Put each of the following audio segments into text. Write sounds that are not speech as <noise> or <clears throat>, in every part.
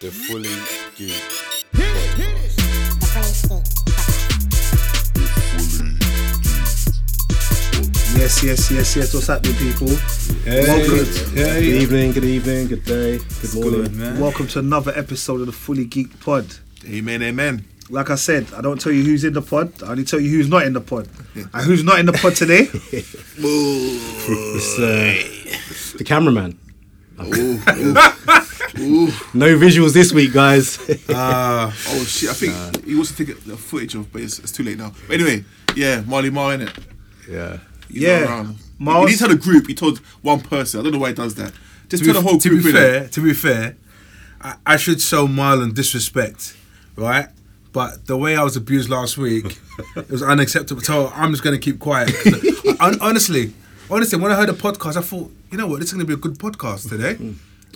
the fully geek. The fully geek. Yes, yes, yes, yes. What's happening, people? Hey, Welcome. hey. Good evening, good evening, good day, good morning. Good, man. Welcome to another episode of the Fully Geek Pod. Amen, amen. Like I said, I don't tell you who's in the pod. I only tell you who's not in the <laughs> pod. And who's not in the pod today? It's uh, the cameraman. <laughs> no visuals this week, guys. <laughs> Uh, oh shit! I think he wants to take the footage of, but it's, it's too late now. But anyway, yeah, Marley Mar in it. yeah. Yeah. Miles- He, he didn't tell the group. He told one person. I don't know why he does that. Just to tell be, the whole to group. be innit? fair, to be fair, I, I should show Marlon disrespect, right? But the way I was abused last week, it was unacceptable. So I'm just going to keep quiet. <laughs> Hon- honestly, honestly, when I heard the podcast, I thought, you know what, this is going to be a good podcast today.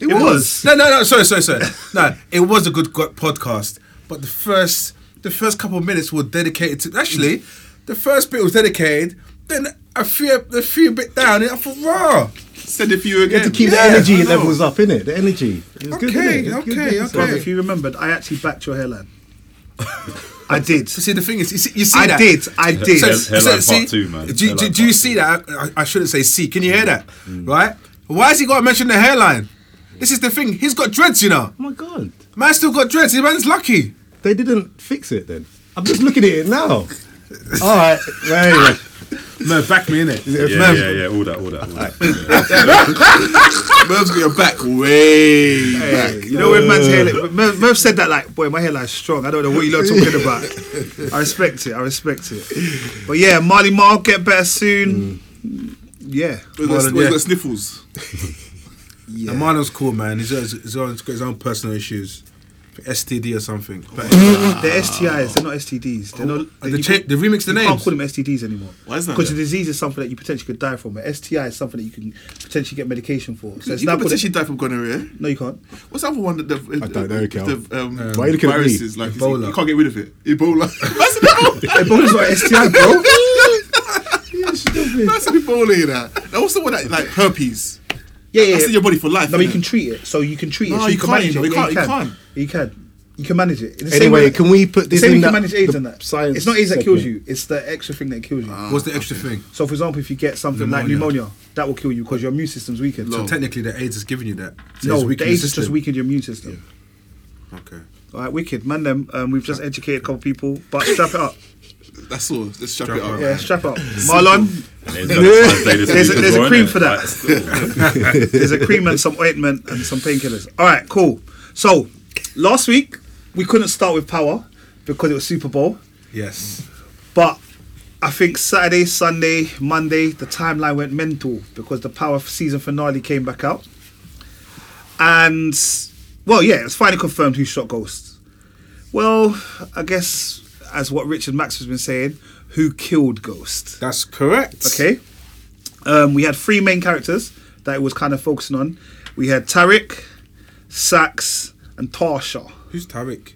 It, was. No, no, no. Sorry, sorry, sorry. No, it was a good go- podcast. But the first, the first couple of minutes were dedicated to. Actually, the first bit was dedicated. Then a few, the few bit down, and I thought, raw. Send it for you You had again. to <laughs> keep Yeah, the energy I know. levels up, innit? The energy. It was good, Okay, innit? It was good, okay, good okay. Well, stuff. if you remembered, I actually backed your <laughs> hairline. I did. You see, the thing is, you see, you see I that. did. I did. So- Hell- so- Hellline see, Part Two, man. Do, do, Hellline do you Part see that? I, I shouldn't say see. Can you hear that? Right? Why has he got to mention the hairline? This is the thing. He's got dreads, you know. Oh my god. Man still got dreads. His man's lucky. They didn't fix it then. I'm just looking at it now. Alright. Anyway. No, back me in it. Yeah, Man, yeah, yeah. All that, all that. All that. Merv's got your back way back. You know when man's hairline. Merv, Merv said that like, boy, my hairline's strong. I don't know what you're talking about. I respect it. I respect it. But yeah, Marley Marl get better soon. Mm. Yeah. Where's Marlon, that- where's yeah. that sniffles? And Marlon's cool, man. He's, he's, he's got his own personal issues. STD or something. But- Mm. They're STIs. They're not STDs. They're not. they, you cha- can't- they remix the You can't names. call them STDs anymore. Why is that Because then? the disease is something that you potentially could die from. An STI is something that you can potentially get medication for. So it's You now called. could potentially die from gonorrhea. no, you can't. What's the other one that the, I don't know, Cal. the um, Why are you looking at me? viruses like is it- Ebola. you can't get rid of it. Ebola. <laughs> That's <laughs> Ebola. Ebola's not an STI, bro. That's Ebola. in That. Now, What's the one that like herpes? Yeah, yeah. That's in yeah. your body for life. No, but you innit? can treat it. So you can treat it. No, so you can can't, manage you it. know, you Yeah, can't, You can. You can. You can manage it. In the same Anyway, way- can we put The this same in way you can that- manage AIDS the and that. science It's not AIDS that kills you. segment? It's the extra thing that kills you. Ah. What's the extra thing? So, for example, if you get something like Pneumonia. pneumonia, that will kill you because your immune system's weakened. So technically, the AIDS is giving you that. Oh. So no, it's the weakening AIDS the has just system. weakened your immune system. Okay. All right, wicked. Man, them, um, we've just educated a couple people, but strap it up. That's all. Let's strap Strap it up. up. Yeah, strap up. Marlon, There's there's a, there's a cream for that. <laughs> there's a cream and some ointment and some painkillers. All right, cool. So, last week, we couldn't start with power because it was Super Bowl, Yes. but I think Saturday, Sunday, Monday, the timeline went mental because the power season finale came back out. And, well, yeah, it's finally confirmed who shot Ghost. Well, I guess as what Richard Max has been saying, who killed Ghost? That's correct. Okay. Um, we had three main characters that it was kind of focusing on. We had Tarek, Sax, and Tarsha. Who's Tariq?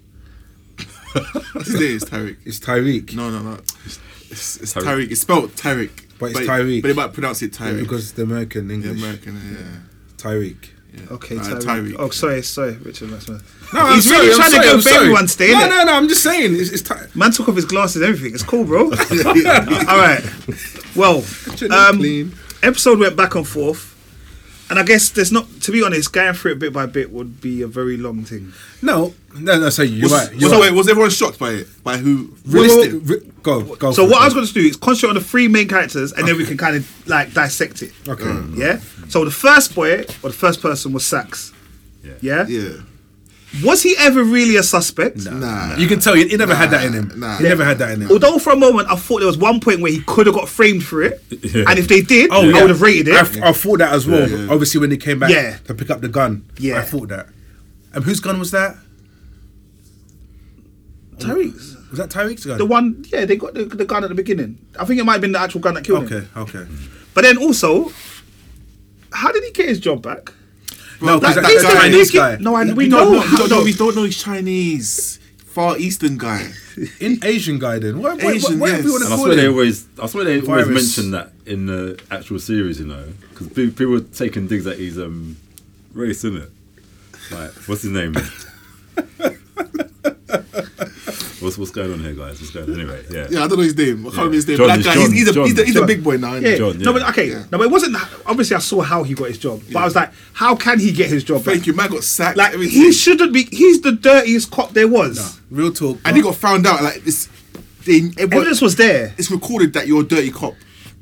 His name is Tariq. It's Tyreek. No, no, no. It's, it's Tariq. It's spelled Tariq. But it's Tyreek. But they might pronounce it Tyreek. Because it's the American the English. American, yeah. Tyreek. Okay, Uh, Tyreek. Tyreek. Oh, sorry, sorry, Richard Maxman. No, He's really trying to go for everyone today, No, innit? no, no. I'm just saying. It's, it's Ty- Man took off his glasses and everything. It's cool, bro. <laughs> All right. Well, um, episode went back and forth. And I guess there's not, to be honest, going through it bit by bit would be a very long thing. no, no, no. So you're was, right. You're so right. wait, was everyone shocked by it? By who? Wait, released wait, it? wait, wait, Go, go. So for what it, I was go. going to do is concentrate on the three main characters, and then we can kind of like dissect it. Okay. Yeah. So the first boy or the first person was Sax. Yeah. Yeah. Yeah. Was he ever really a suspect? Nah. You can tell he, he never had that in him. Nah. Oh, he never had that in him. Although for a moment I thought there was one point where he could have got framed for it, Yeah. and if they did, Oh, I Oh, yeah. would have rated I, it. I thought that as well. Yeah. Obviously, when they came back Yeah. to pick up the gun, Yeah. I thought that. And whose gun was that? Tariq's Was that Tyreek's gun? the one. Yeah, they got the, the gun at the beginning. I think it might have been the actual gun that killed him. Okay, okay. But then also, how did he get his job back? No, because that- that, that that, guy- Chinese He- guy. No, I, we We know. don't know. how, We don't know. no, We don't know he's Chinese. Far Eastern guy. in Asian guy then. What, what, Asian, what, what yes. do you And want And to I call swear they him? always, I swear they always Virus. mention that in the actual series, you know, because people were taking digs at his um, race, innit? Like, what's his name? What's what's going on here, guys? What's going on? Anyway, yeah. Yeah, I don't know his name. I can't remember his name. John, Black it's guy. John, he's, he's, a, John, he's, a, he's a John. big boy now. isn't he? Yeah. John, No, yeah. but okay. Yeah. No, but it wasn't. Obviously, I saw how he got his job, but I was like, how can he get his job? back? Thank you, man. Got sacked. Like everything. he shouldn't be. He's the dirtiest cop there was. Real talk. and he got found out. Like this, they, everyone, Evidence was there. it's recorded that you're a dirty cop.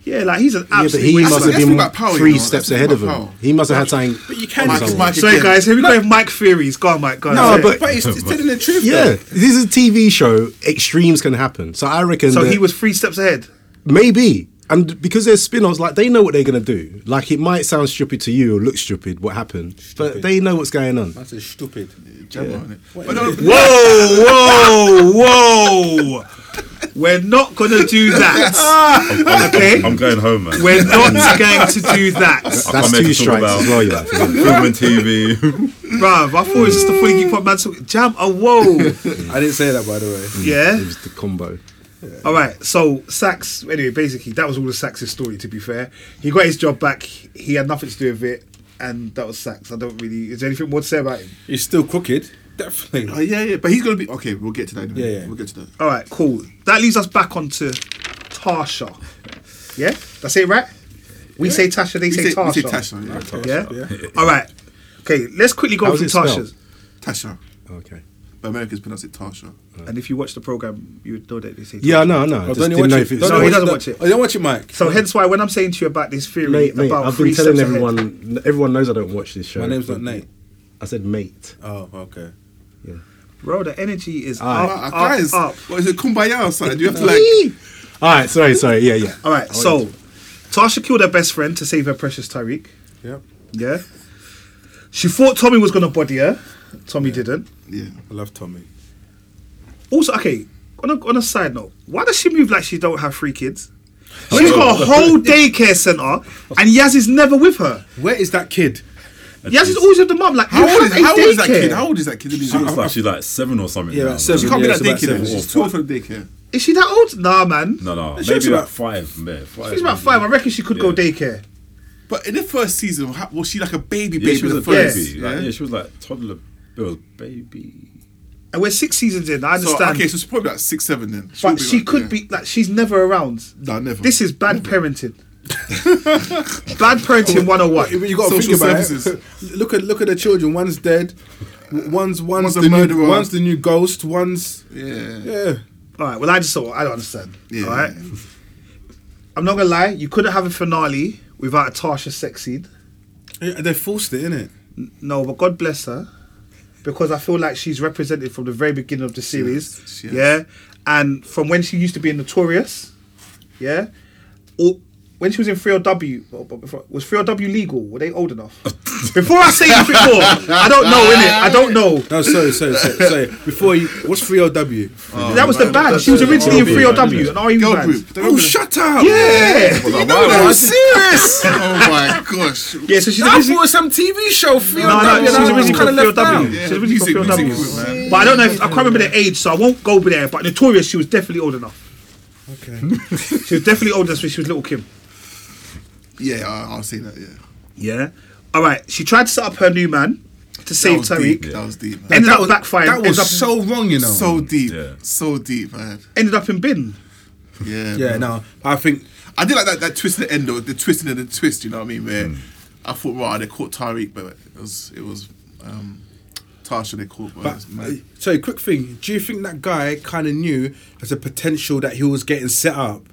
Yeah, like he's an Yeah, but absolute. he waste must must of- have have that's been been about power, you three know, that's steps about ahead of him. power. He must have had something. But you can't- Mike, it's Mike Sorry, again. guys. Here we go. with Mike theories. Go on, Mike. Go on. No, That's it. but- But it's, it's <laughs> telling the truth. Yeah, though. this is a TV show. Extremes can happen. So I reckon. so that he was three steps ahead. maybe. And because there's spin-offs, like they know what they're gonna do. Like it might sound stupid to you or look stupid, what happened, but they know what's going on. That's a stupid. Jabber on it. But no, Whoa, whoa, whoa! <laughs> We're not gonna do that. I'm, I'm- Okay. I'm going home, man. <laughs> We're not going to do that, I That's can't make two it talk strikes about as well. You know. Film and TV. bruv. I thought it was just a fully geek pop man talking. Jam a whoa. I didn't say that, by the way. Yeah. It was the combo. All right, so Sachs, anyway, basically, that was all of Sachs' story, to be fair. He got his job back, he had nothing to do with it, and that was Sachs. I don't really. Is there anything more to say about him? He's still crooked. Definitely. Oh, yeah, yeah, but he's gonna be okay. We'll get to that. Anyway. Yeah, yeah. we'll get to that. All right, cool. That leads us back onto Tasha. Yeah? That's it, right? We say Tasha, they We say, say, we Tasha. say Tasha. Yeah. Yeah? All right. Okay, let's quickly go How's through it spelled? Tasha's. Tasha, Okay. but Americans pronounce it Tasha. And if you watch the program, you would know that they say Tasha. Yeah, no, no. I Oh, just don't you didn't watch know it? if it Don't was. No, you he doesn't watch it. Oh, you don't watch it, Mike. So hence why when I'm saying to you about this theory Mate, mate, about I've three been telling steps ahead- everyone. Everyone knows I don't watch this show. My name's not but- Nate. I said mate. Oh, okay. bro, the energy is Alright. Ah, up, guys, up, up. what is it? Kumbaya or something? Do you have to like? All right, sorry, sorry. Yeah, yeah. All right, so Tasha killed her best friend to save her precious Tyreek. Yep. Yeah. She thought Tommy was going to body her. Tommy didn't. Yeah. I love Tommy. Also, okay, on a, on a side note, why does she move like she don't have three kids? She's got a whole daycare centre and Yaz is never with <laughs> her. Where is that kid? Yaz is always with the mum. Like, How old, is, how old is that daycare. kid? How old is that kid? She looks like she's like seven or something. Yeah, now, about man. seven. She can't Yeah, be it's that about daycare. seven. then. She's 12 from daycare. Is she that old? Nah, man. No, no, She looks maybe like about- five, man. Five, She's about maybe. five. I reckon she could go Yeah. daycare. But in the first season, how, was she like a baby Yeah, baby? she was in a the first, baby. yeah? Like, yeah, she was like toddler. It was baby. And we're six seasons in. I So, understand. okay, so she's probably like six, seven then. She'll but she like- could yeah. be like she's never around. No, never. This is bad parenting. <laughs> bad parenting 101. You, you got to Social think about services. it. <laughs> Look at look at the children. One's dead. w- One's one's, One's the a new murderer. one's the new ghost. One's Yeah. yeah. All right. Well, I just saw. I don't understand. Yeah. All right. I'm not gonna lie. You couldn't have a finale without a Tasha sex scene. yeah. They forced it, innit? No, but God bless her, because I feel like she's represented from the very beginning of the series. has, she has. Yeah, and from when she used to be in Notorious. Yeah, or when she was in 3LW, well, but before- was 3LW legal? Were they old <laughs> enough? Before I say anything more, I don't know, innit? I don't know. No, sorry, sorry, sorry. <laughs> sorry. Before you, what's three O W? Oh, that was the band. She was originally in RB, 3LW, an isn't RE Girl band. <laughs> group. They Oh, remember that? shut up! Yeah. I was <laughs> like, No, why I'm was- serious. Oh my gosh. Yeah, so she's I originally. thought it was some TV show. Three O No, no, W. she's I was originally kind from of left out. POW. Yeah, She's originally music- from music POW. group, man. But I don't know if I can't remember the age, so I won't go there. But Notorious, she was definitely old enough. Okay. <laughs> She was definitely old enough when she was little Kim. Yeah, I- I'll say that. Yeah. Yeah. All right. She tried to set up her new man to save that was deep. Tariq. That was deep. Man. Ended up backfiring. That ended, up, was so wrong, you know. So deep. Yeah. So deep, man. ended up in bin. Yeah. yeah. man. No, I think I did like that, that twist at the end, though. The twist and then the twist. You know what I mean? Where I thought, right, they caught Tyreek, but it was it was um, Tasha they caught. But, it But was uh, mad. so, quick thing: Do you think that guy kind of knew as a potential that he was getting set up,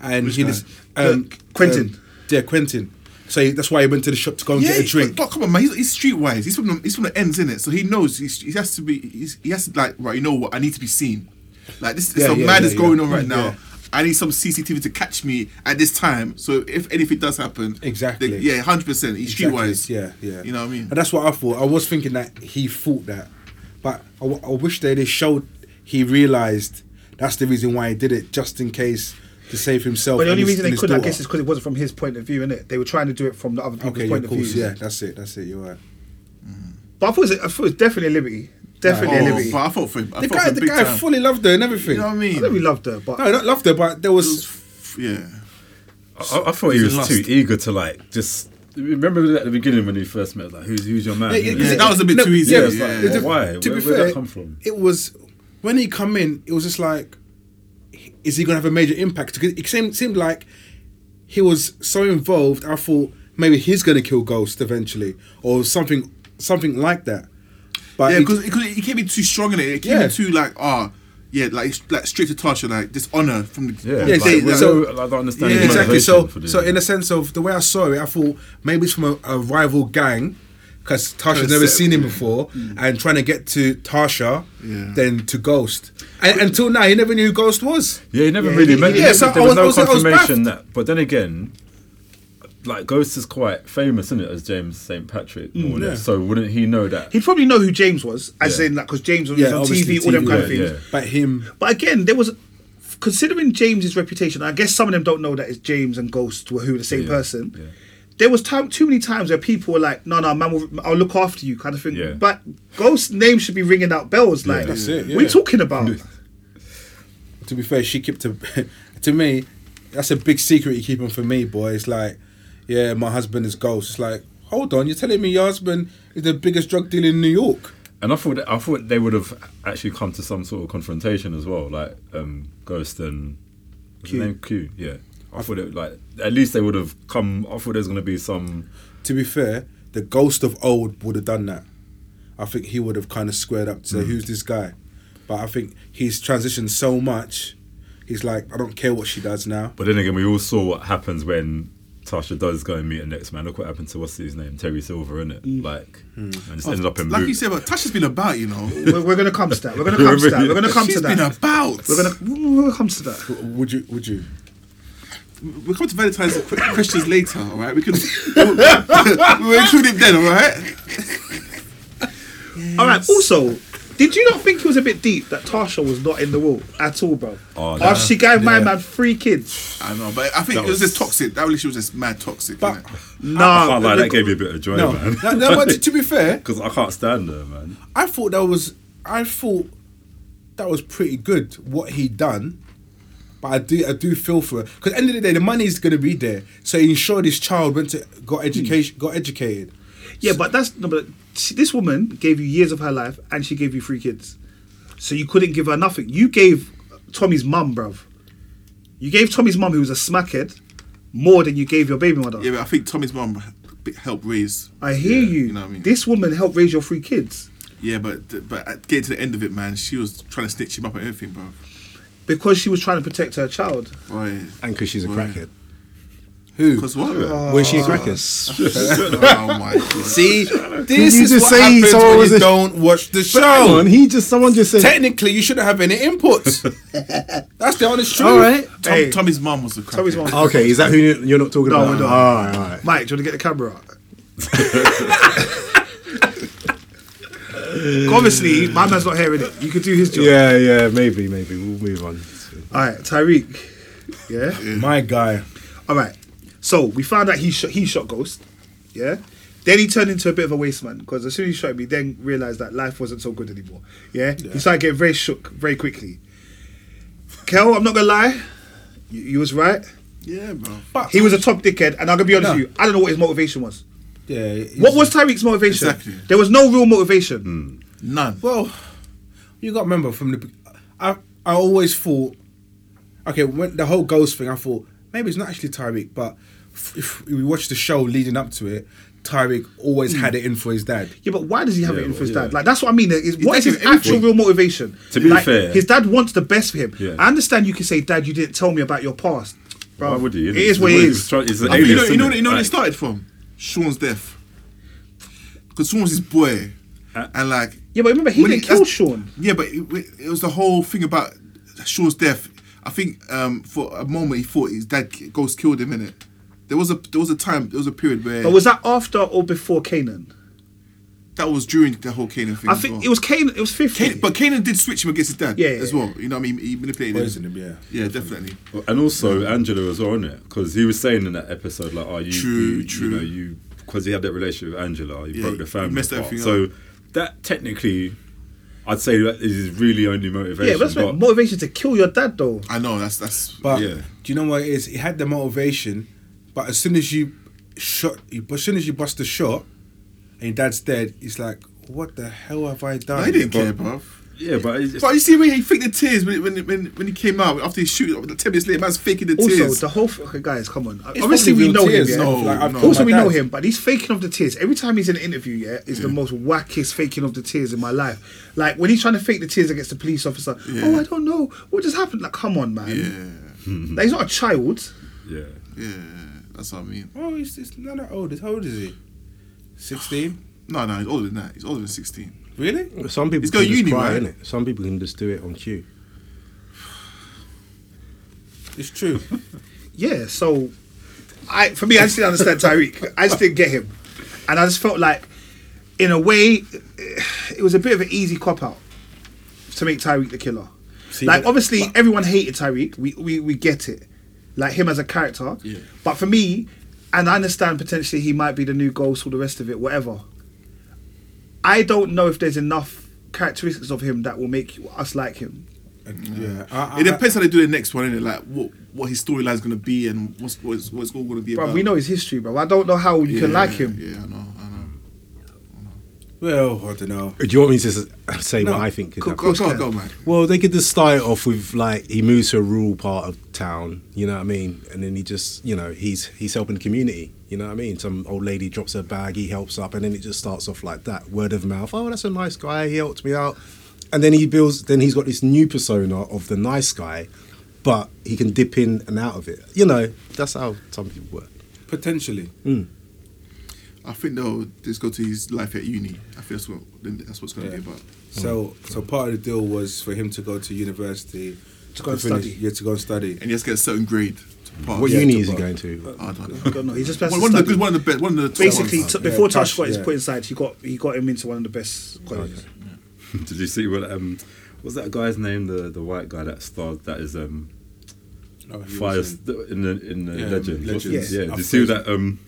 and he guy? just um, Uh, Quentin. um, yeah, Quentin. So that's why he went to the shop to go and get a drink. But, but come on, man. He's, he's streetwise. He's from the, he's from the ends, innit? So he knows he's, he has to be. He's, he has to like right. You know what? I need to be seen. Like this, Yeah, some yeah, madness yeah, going yeah. on right now. Yeah. I need some CCTV to catch me at this time. So if anything does happen, Exactly. then- yeah, hundred percent. He's Exactly, streetwise. Yeah, yeah. You know what I mean? And that's what I thought. I was thinking that he thought that, but I, w- I wish they they showed he realized that's the reason why he did it, just in case to save himself. But the and only his- reason and they his couldn't, I daughter. guess, is because it wasn't from his point of view, innit? They were trying to do it from the other people's okay, yeah, point of of course, view. yeah, that's it, that's it. You're right. But I thought, it was, I thought it was definitely a liberty. Definitely a Oh, liberty. but I fought for him. I The fought guy, for him the big guy time. fully loved her and everything. You know what I mean? I know we loved her, but No, not loved her, but there was F- Yeah. I, I thought he was Lost. too eager to like just. Remember at the beginning when he first met, like, who's who's your man? Yeah, yeah, innit? that was a bit too easy. Yeah, Yeah, it's like, yeah. well, To why? Where, be fair, where did that come from? It was when he come in, it was just like, is he gonna have a major impact? Because it seemed, seemed like he was so involved. I thought maybe he's gonna kill Ghost eventually, or something, something like that. But Yeah, it- because he can't be too strong in it. It can't Yeah. be too like ah, yeah, like it's- like straight to Tasha, like dishonor from the. Yeah, like, yeah, they- like, like- so, I don't understand. Yeah, his exactly. So, motivation for doing so in that. a sense of the way I saw it, I thought maybe it's from a, a rival gang because Tasha's Kinda never set- seen him before, Mm. and trying to get to Tasha, Yeah. then to Ghost, and until now he never knew who Ghost was. Yeah, he never Yeah, really he- meant. yeah, Yeah, so there I was, was- I was- I no was confirmation baffed. that. But then again, like Ghost is quite famous, isn't it? As James St. Patrick, more or less. So wouldn't he know that? He'd probably know who James was, as Yeah. in that because James was Yeah, on obviously TV, all them TV, kind of yeah, things. yeah. But him, But again, there was considering James's reputation. I guess some of them don't know that it's James and Ghost were who were the same Yeah, person. yeah. There was time too many times where people were like, "No, no, man, will, I'll look after you," kind of thing. Yeah. But Ghost's name should be ringing out bells. Like, That's it, what are yeah. you talking <laughs> about? to be fair, she kept a, <laughs> to me. That's a big secret you keep on for me, boy. It's like, yeah, my husband is Ghost. It's like, hold on, you're telling me your husband is the biggest drug dealer in New York. And I thought I thought they would have actually come to some sort of confrontation as well, like um, Ghost and what's his name? Q. Yeah, I thought it like at least they would have come. I thought there's going to be some. to be fair, the ghost of old would have done that. I think he would have kind of squared up to Mm. say, who's this guy? But I think he's transitioned so much. He's like, I don't care what she does now. But then again, we all saw what happens when Tasha does go and meet the next man. Look what happened to what's his name, Terry Silver, innit? Like, and just ended up in Mm. Hmm. like boot. you said, but Tasha's been about, you know. we're, we're gonna come to that. We're gonna come to that. We're gonna come She's to been that. about. We're gonna we're gonna come to that. Would you? Would you? We'll come to Valentine's qu- questions later, all right? We can <laughs> we'll, we'll include it then, all right? All right. Also, did you not think it was a bit deep that Tasha was not in the will at all, bro? Oh, After nah. she gave my Yeah. man three kids. I know, but I think That it was was- just toxic. That relationship was just mad toxic. But- innit? I Nah, can't lie, that gave me a bit of joy, No. man. no, <laughs> no, but to be fair, Because I can't stand her, man. I thought that was. I thought that was pretty good what he done. But I do, I do feel for her because end of the day, the money is going to be there. So he ensured his child went to got education, got educated. Yeah, but that's no, but she, this woman gave you years of her life, and she gave you three kids, so you couldn't give her nothing. You gave Tommy's mum, bruv. You gave Tommy's mum, who was a smackhead, more than you gave your baby mother. yeah, but I think Tommy's mum b- helped raise. I hear yeah, you. You know what I mean? This woman helped raise your three kids yeah, but th- but at- getting to the end of it, man, she was trying to snitch him up and everything, bro. because she was trying to protect her child. Right. And because she's a Right. crackhead. Who? Because <laughs> what? Was she a crackhead? oh my god. <laughs> See, this you is just what say happens someone when was you a- don't watch the But hang show. on, he just someone just said Technically, you shouldn't have any <laughs> inputs. That's the honest truth. All right. Tom, Hey. Tommy's mum was the crack. Tommy's mum. Okay, is that who you- you're not talking No, about? we're not. All right, all <laughs> right. Mike, do you want to get the camera out? <laughs> Obviously, my man's not hearing it. You could do his job. Yeah, yeah, maybe, maybe. We'll move on. All right, Tyreek. Yeah. My guy. All right. So we found out he shot. He shot Ghost. Yeah. Then he turned into a bit of a waste man because as soon as he shot me, then realized that life wasn't so good anymore. Yeah? He started getting very shook very quickly. Kel, I'm not gonna lie, you, you was right. Yeah, bro. But He was a top dickhead, and I'm gonna be honest No. with you. I don't know what his motivation was. Yeah. he's- What was Tyreek's motivation? Exactly. There was no real motivation. None. Well, you got to remember from the. I I always thought, okay, when the whole ghost thing, I thought maybe it's not actually Tyreek, but if, if we watch the show leading up to it, Tyreek always had Hmm. it in for his dad. Yeah, but why does he have Yeah, it in for his well, dad? yeah. Like that's what I mean. Is what is taking his actual everything. real motivation? To be Like, fair- his dad wants the best for him. Yeah. I understand you can say, "Dad, you didn't tell me about your past." Bro, Why would he? It is what it is. It's an I mean, alias. you know, you know, innit? you know where it Like- started from? Sean's death. Because Sean was his boy. and like. Yeah, but remember he when didn't kill that's- Sean. Yeah, but it, it was the whole thing about Sean's death. I think um, for a moment he thought his dad k- ghost killed him, innit? There was a there was a time there was a period where But was that after or before Canaan? that was during the whole Canaan thing. I as think well. it was Canaan. It was fifty. Kanan, but Kanan did switch him against his dad Yeah, yeah, as yeah. well. You know what I mean? He manipulated Poisoned him, yeah. Yeah, definitely. And also Angela as well, isn't it? Because he was saying in that episode, like, "Are you Mm. True, you, true. You know, you because he had that relationship with Angela, he Yeah, broke the he family. messed apart. everything so up. that technically, I'd say that is his really only motivation. yeah, but that's but right. motivation to kill your dad, though. I know that's that's. But Yeah. do you know what it is? He had the motivation, but as soon as you shot, you, as soon as you bust the shot, and your dad's dead, it's like, what the hell have I done? I didn't care, But- bro. yeah, but it's, But you see when he faked the tears when when when, when he came out after he shoot like, ten minutes later, man's faking the Also, tears. the whole f- okay, guys, come on. It's Obviously, probably we real know tears, him. Yeah? no, Like, I've no. told Also, my we know dad. him, but his faking of the tears every time he's in an interview, yeah, is the most wackest faking of the tears in my life. Like when he's trying to fake the tears against the police officer. Oh, I don't know what just happened. Like, come on, man. Like, he's not a child. yeah. <laughs> yeah, that's what I mean. Oh, he's, he's not that old. How old is he? 16? No, no, he's older than that. He's older than sixteen. Really? Some people It's can got just uni, cry, right? innit? Some people can just do it on cue. <laughs> It's true. Yeah. So, I for me, I just didn't understand Tyreek. I just didn't get him, and I just felt like, in a way, it was a bit of an easy cop out to make Tyreek the killer. See, like but- obviously everyone hated Tyreek. We, we we get it. Like him as a character. Yeah. But for me, and I understand potentially he might be the new ghost or the rest of it, whatever. I don't know if there's enough characteristics of him that will make us like him. yeah. I, I, It depends how they do the next one, innit? Like what what his storyline's gonna be and what's what's, what's all gonna be Bro, about. we know his history, bro. I don't know how you yeah, can like him. Yeah, I know, I know. Well, I don't know. Do you want me to s- say No, what I think? Could Go, happen? go, go, go, man. Well, they could just start it off with like he moves to a rural part of town, you know what I mean, and then he just, you know, he's he's helping the community, you know what I mean. Some old lady drops her bag, he helps up, and then it just starts off like that, word of mouth. Oh, that's a nice guy. He helped me out, and then he builds. Then he's got this new persona of the nice guy, but he can dip in and out of it. You know, that's how some people work. Potentially. Mm. I think they'll just go to his life at uni. I think that's what then that's what's gonna Yeah. be about. So, so part of the deal was for him to go to university to go and finish- study. Yeah, to go and study. And he has to get a certain grade to pass. What Yeah, uni to is he work. going to? I don't know. God, no, he's just One, one of the good, one of the best, one of the top Basically, ones. t- before Yeah, Tosh Tosh, got his yeah. put inside, he got he got him into one of the best colleges. Did you see what um, was that guy's name? The the white guy that starred that is um No, Oh, he fire was in- st- in the in the Yeah, legend. What's Legends. his- Yeah, Yeah. did you see that um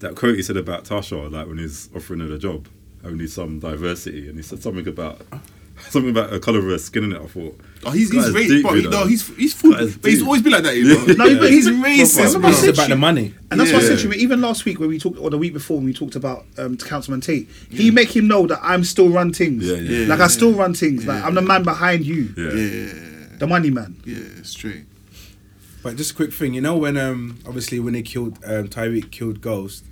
that quote he said about Tasha, like when he's offering her a job, only some diversity, and he said something about <laughs> something about a colour of her skin in it. I thought, Oh, he's this guy he's is racist, deep, bro. you He- know. No, he's he's This guy food, is but he's deep. always been like that, you know. No, but <laughs> he's he's- racist, Proper, bro. It's about the money. And that's what I Yeah. said to him. Even last week when we talked, or the week before when we talked about um, to Councilman Tate, he make him know that I'm still run things. Yeah, yeah, like yeah, I still run things. Like I'm the man behind you, yeah, Yeah, the money man. yeah, straight. But just a quick thing, you know, when um obviously when they killed um, Tyreek killed Ghost,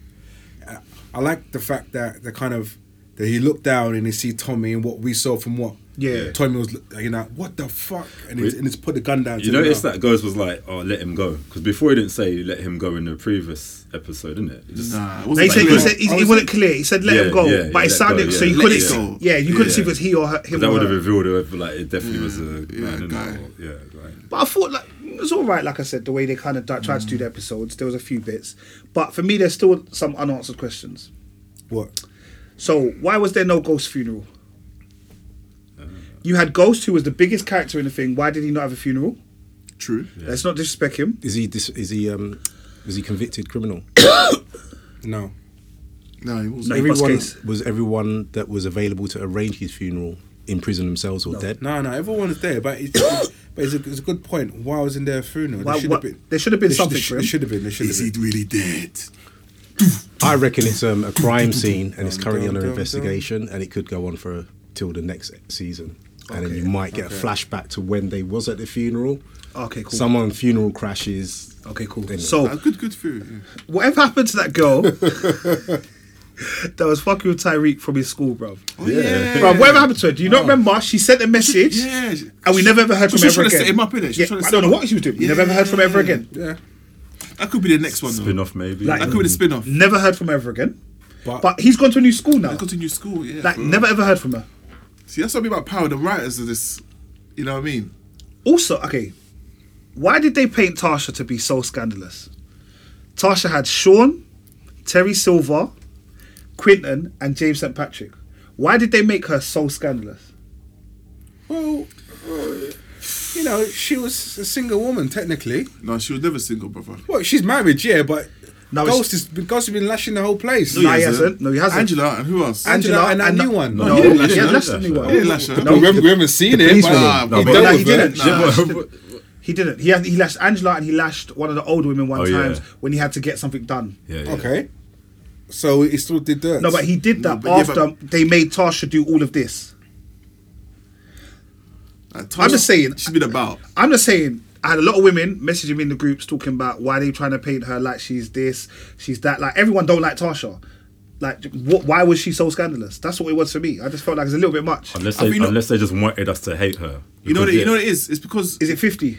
I, I like the fact that the kind of that he looked down and he see Tommy and what we saw from what Yeah. Tommy was look- you know what the fuck and he's, We- and he's put the gun down. You to notice the ground. that Ghost was like, "Oh, let him go," because before he didn't say "let him go" in the previous episode, didn't it? Just, Nah, No, it he wasn't said, clear. he, said, he, I he was- wasn't clear. He said let Yeah, him go, yeah, but yeah, it let sounded go, so yeah. you Let couldn't it see. go. Yeah, you couldn't see if it was he or her, him. that or would have her. revealed her, but like it definitely was a yeah, man, innit? guy. Or- yeah, like, But I thought like it was all right. Like I said, the way they kind of di- tried to do the episodes, there was a few bits, but for me, there's still some unanswered questions. what So why was there no ghost funeral? You had Ghost, who was the biggest character in the thing. Why did he not have a funeral? True. Let's not disrespect him. Is he dis- is he um is he convicted <coughs> criminal? no No, he wasn't. No, he Every- was- everyone case. was everyone that was available to arrange his funeral in prison themselves or dead. no no everyone is there, but it's, it's- <coughs> but it's a, it's a good point. Why was in there funeral? Why- There should what- have been there should have been there something There for should, him. there should have been. There should have Is he been. really dead? I reckon it's um, a <coughs> crime scene and it's Dum, currently dum, under dum, investigation and it could go on for till the next season. And then you might get a flashback to when they was at the funeral. Okay, cool. Someone funeral crashes. Okay, cool. Anyway. So Ah, good, good theory. yeah. whatever happened to that girl <laughs> that was fucking with Tyreek from his school, bro? Oh, yeah. Oh. Bro, whatever happened to her? Do you not remember? She sent a message, Yeah. and we never ever heard from She her was ever trying to again. set him up, innit? She Yeah, was trying to I set don't know him what up. she was doing. We never ever heard from her ever again. Yeah, That could be the next one. though. spin off maybe. Like- That could be the spin off. Never heard from her ever again. but, But he's gone to a new school now. Go to new school, yeah. Like bro. never ever heard from her. See, that's something about power. The writers of this, you know what I mean? Also, okay, why did they paint Tasha to be so scandalous? Tasha had Sean, Terry Silver, Quinton, and James St. Patrick. Why did they make her so scandalous? well, you know, she was a single woman technically. No, she was never single, brother. Well, she's married, yeah, but No, Ghost is Ghost has been lashing the whole place. No, he hasn't. No, he hasn't. Angela and who else? Angela and that new one. No, No, no, he didn't lash he her. had less than he He didn't was. lash her. No, we, haven't, we haven't seen it, police but woman. Nah, he but- dealt No, he with didn't. it. <laughs> Nah, he didn't. He didn't. He, had, he lashed Angela and he lashed one of the older women one Oh, yeah. time when he had to get something done. yeah, yeah. Okay, so he still did that. No, but he did No, that but yeah, after they made Tasha do all of this. I'm just saying- She's been about. I'm just saying, I had a lot of women messaging me in the groups talking about why they trying to paint her like she's this, she's that. Like everyone don't like Tasha. Like, wh- why was she so scandalous? That's what it was for me. I just felt like it's a little bit much. Unless I they, feel not- unless they just wanted us to hate her. You Because, know, what it- you know yeah, what it is. It's because Is it fifty?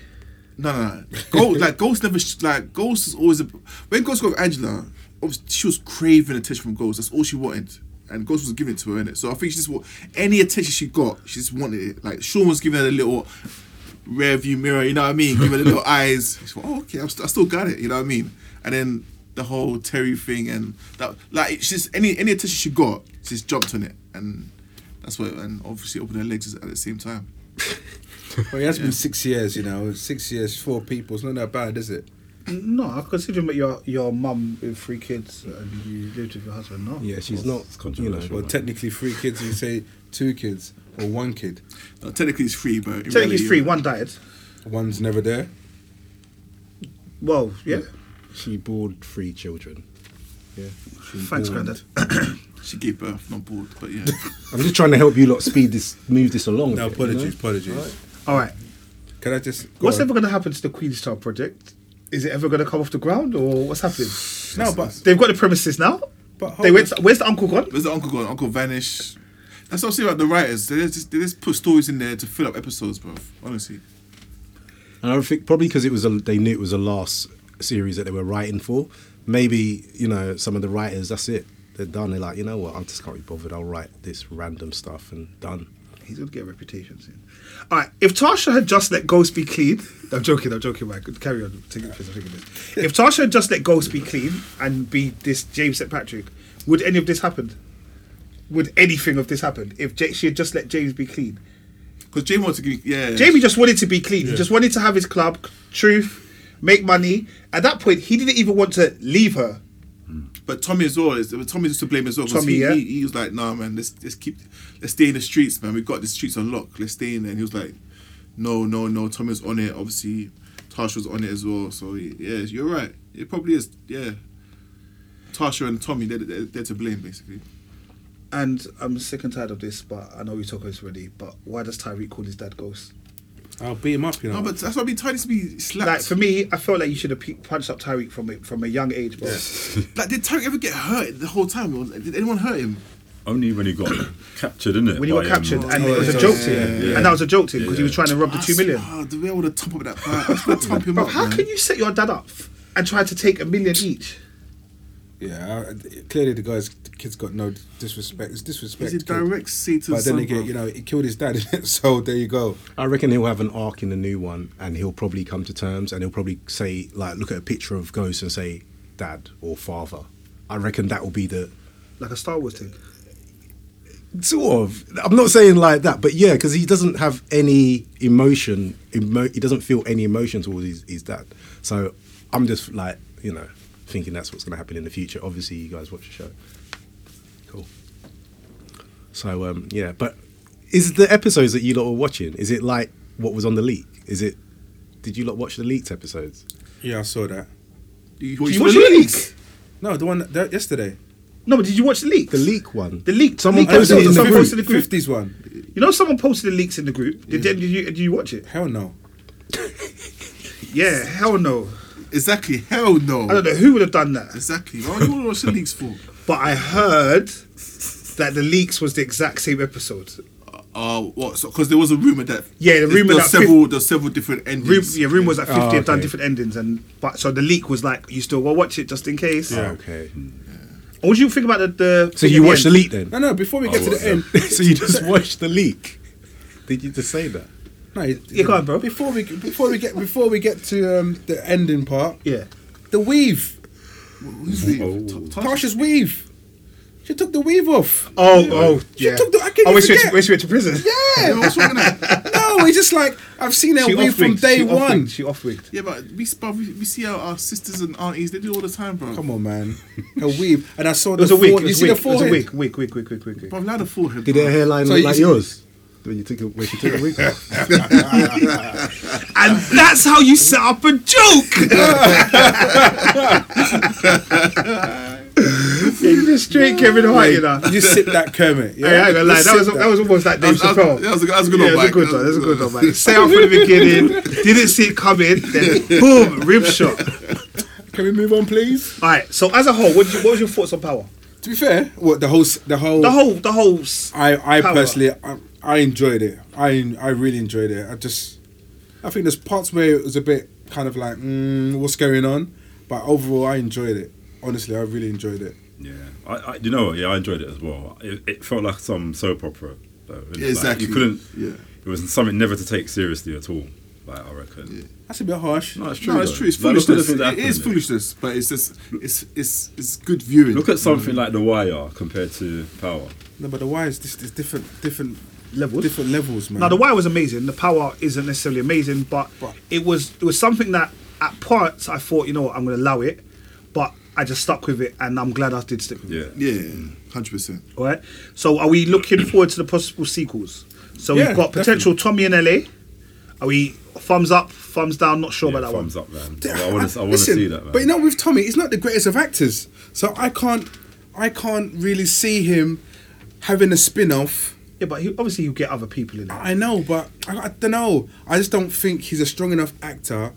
No, no, no. Ghost, like Ghost never sh- like Ghost is always a, when Ghost got with Angela, obviously she was craving attention from Ghost. That's all she wanted, and Ghost was giving it to her innit? So I think she just wa- any attention she got, she just wanted it. Like Sean was giving her a little rear view mirror, you know what I mean? Giving her <laughs> the little eyes. She's like, oh, okay, I'm st- I still got it, you know what I mean? And then the whole Terry thing and that, like, it's just any any attention she got, she just jumped on it, and that's what, and obviously opened her legs at the same time. Well, it has been six years, you know. Six years, four people. It's not that bad, is it? No, considering that your your mum with three kids and you lived with your husband, no. Yeah, she's not. It's You know, controversial. Well, technically, three kids. You say two kids or one kid. Now, technically, it's free, but in Technically, reality, it's three. One died. One's never there. Well, yeah. she bore three children. Yeah. she Thanks, bore- granddad. She gave birth, not bored, but yeah. I'm just trying to help you lot speed this, move this along. a No, bit, you know? apologies, apologies. All right. Can I just? go what's on? ever going to happen to the Queen's Child project? Is it ever going to come off the ground, or what's happening? No, but They've got the premises now. But hold they went. on. where's the uncle gone? Where's the uncle gone? Uncle vanish. That's what I'm saying about the writers. They just, they just put stories in there to fill up episodes, bro. Honestly, And I think probably because it was a, they knew it was the last series that they were writing for. Maybe you know some of the writers. That's it. They're done. They're like, you know what? I just can't be bothered. I'll write this random stuff and done. He's going to get a reputation soon. All right. If Tasha had just let Ghost be clean, I'm joking. I'm joking. Man, carry on. Take it, take it. If Tasha had just let Ghost be clean and be this James St Patrick, would any of this happen? Would anything of this happen if J- she had just let James be clean? because Jamie wants to give. Yeah, Jamie just wanted to be clean. He just wanted to have his club, truth, make money. At that point, he didn't even want to leave her. But Tommy as well. Is, Tommy's just to blame as well. 'cause Tommy, he, yeah. he, he was like, nah, man. Let's let's keep. Let's stay in the streets, man. We've got the streets on lock. Let's stay in there. And he was like, no, no, no. Tommy's on it. Obviously, Tasha was on it as well. So yeah, you're right. It probably is. Yeah. Tasha and Tommy, they're, they're, they're to blame basically. And I'm sick and tired of this, but I know we talked about this already. But why does Tyreek call his dad Ghost? I'll beat him up, you know. No, but that's what I mean. Tiny to be slapped. Like for me, I felt like you should have pe- punched up Tyreek from a, from a young age, bro. Like, did Tarek ever get hurt the whole time? Or Did anyone hurt him? Only when he got <coughs> captured, innit? When he got by, um, captured, and it was a yeah, joke to yeah, him, yeah. and that was a joke to him because he Yeah. was trying to rob the two million. Ah, the way I would have top up that part. I would have top him Bro, up. how man. can you set your dad up and try to take a million each? yeah, I, clearly the guy's the kid's got no disrespect. It's disrespect. He's a kid. direct Satan's But then son, again, bro. you know, he killed his dad. <laughs> so there you go. I reckon he'll have an arc in the new one, and he'll probably come to terms, and he'll probably say like, look at a picture of Ghost and say, dad or father. I reckon that will be the Like a Star Wars thing. sort of. I'm not saying like that, but yeah, because he doesn't have any emotion. Emo- he doesn't feel any emotion towards his, his dad. So I'm just like, you know, thinking that's what's going to happen in the future. Obviously, you guys watch the show. Cool. So um, yeah, but is the episodes that you lot were watching? Is it like what was on the leak? Is it? Did you lot watch the leaked episodes? Yeah, I saw that. You, Did you you watch wanna the leak? leak? No, the one that, yesterday. No, but did you watch the leaks? The leak one. The leak. Someone the leak posted it in episode, the someone group. posted the group. Fifties one. You know, someone posted the leaks in the group. Did, did, you did you watch it? Hell no. Yeah, hell no. Exactly. Hell no. I don't know who would have done that, Exactly. Why would you want to watch the leaks for? but I heard that the leaks was the exact same episode. Uh, what? Because there was a rumor that Yeah, the there's- rumor there's that several there's several different endings. Room, yeah, room was like fifty Oh, have done okay. different endings, and but so the leak was like you still go watch it just in case. Oh, okay. And What do you think about the? the So thing you at watched the end? leak then? Oh, No, no. Before we get to well, the yeah. <laughs> end, <laughs> so you just watched the leak? Did you just say that? no, it- Yeah, go on, bro. Before we before we get before we get to um, the ending part, Yeah, the weave, Who's the- Oh. T- Tasha- Tasha's weave. She took the weave off. Oh, oh, yeah. took the- I can't oh, when she, went forget. to, when she went to prison. Yeah, Yeah. what's wrong with that? <laughs> no, it's just like I've seen her she weave off from day she one. Off-wigged. She off wigged. Yeah, but we, but we, we see our, our sisters and aunties. They do it all the time, bro. Come on, man. Her weave, and I saw It the was a wig. fore- It You was see a the wig. It was a forehead. wig. Wig. Wig. Wig. Wig. Wig. <laughs> Bro, I'm loud forehead. Did bro. her hairline So look you like see- yours? When you took it, when she took the wig off. And that's how you set up a joke. just straight Kevin Hart, you know. You sip <laughs> that Kermit. Yeah, Hey, I ain't gonna lie, Just that was sip that was almost like Dave That was- Chappelle. that was a- that was a good yeah, one, That's a good Mike. one. That's a good one, That <laughs> was- Mike. Set out from the beginning, didn't see it coming, then boom, rib shot. Can we move on, please? All right. So as a whole, what, did you, what was your thoughts on power? To be fair, what the whole, s- the whole, The whole, the whole. s- I, I Power. personally, I, I enjoyed it. I, I really enjoyed it. I just, I think there's parts where it was a bit kind of like, mm, what's going on? But overall, I enjoyed it. Honestly, I really enjoyed it. Yeah, I, I you know what? yeah I enjoyed it as well. It, it felt like some soap opera. Though, innit? Like, Exactly, you couldn't. yeah. It was something never to take seriously at all. Like I reckon. That's a bit harsh. No, it's true. No, it's though. true. It's Like, look at the foolishness. things that It is happened, innit? foolishness, but it's just it's it's it's good viewing. Look at something like The Wire compared to Power. No, but the why is this, this different, different Levels? different levels, man. Now the wire was amazing. The power isn't necessarily amazing, but But- it was it was something that at parts I thought, you know, what, I'm gonna allow it, but I just stuck with it, and I'm glad I did stick with it. Yeah. yeah, hundred percent. All right. So are we looking forward to the possible sequels? So Yeah, we've got potential Tommy in LA. Are we thumbs up, thumbs down? Not sure Yeah, about that thumbs one. up, <laughs> man. I want to. I want to Listen, see that, man. But you know, with Tommy, he's not the greatest of actors, so I can't, I can't really see him having a spin-off. Yeah, but he, obviously you get other people in there. I know, but I, I don't know. I just don't think he's a strong enough actor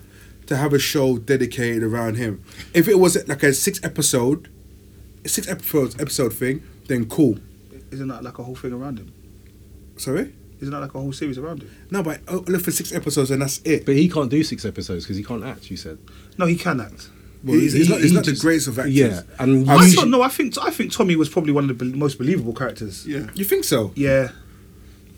to have a show dedicated around him. If it was like a six episode, six episodes episode thing, then cool. Isn't that like a whole thing around him? Sorry, Isn't that like a whole series around him? no, but oh, look for six episodes and that's it. But he can't do six episodes because he can't act. You said. No, he can act. Well, he's, he's He- not, he's he not the just- greatest of actors. Yeah, and I usually- thought, no, I think I think Tommy was probably one of the be- most believable characters. Yeah, You think so? Yeah.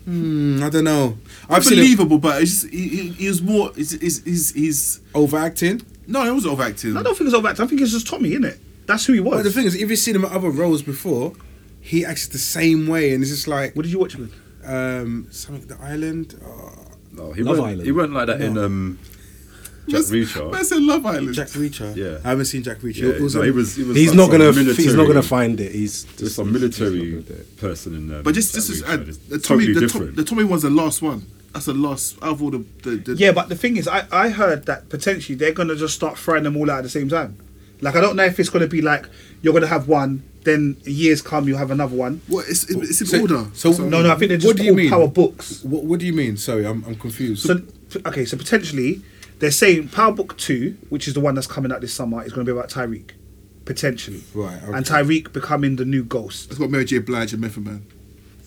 Mm, I don't know. I it's believe believable, but it's just, he, he, he was more. Is is is he's overacting. no, it was overacting. I don't think it's all act. I think it's just Tommy, innit? That's who he was. But the thing is, if you've seen him at other roles before, he acts the same way, and it's just like what did you watch him in? um, something the island, uh, no, he Love wasn't. Island. He wasn't like that in um, Jack But I Reacher. said Love Island. Jack Reacher. Yeah. I haven't seen Jack Reacher. Yeah, It was no, a- he was. He was He's like not some gonna. f- He's not military- gonna find it. He's There's just some he's military not gonna do it. person in there. but just that this is we uh, showed. It's the Tommy. totally the, Tom, different. the Tommy one's the last one. That's the last out of all the the, the Yeah, but the thing is, I, I heard that potentially they're gonna just start throwing them all out at the same time. Like I don't know if it's gonna be like you're gonna have one, then years come you have another one. What it's it, it's in So- order. so- No, no, I think they're just What do you all mean? power books. What, what do you mean? Sorry, I'm, I'm confused. So okay, so potentially they're saying Power Book Two, which is the one that's coming out this summer, is gonna be about Tyreek, potentially. Right, okay. And Tyreek becoming the new Ghost. it's got Mary J. Blige and Method Man.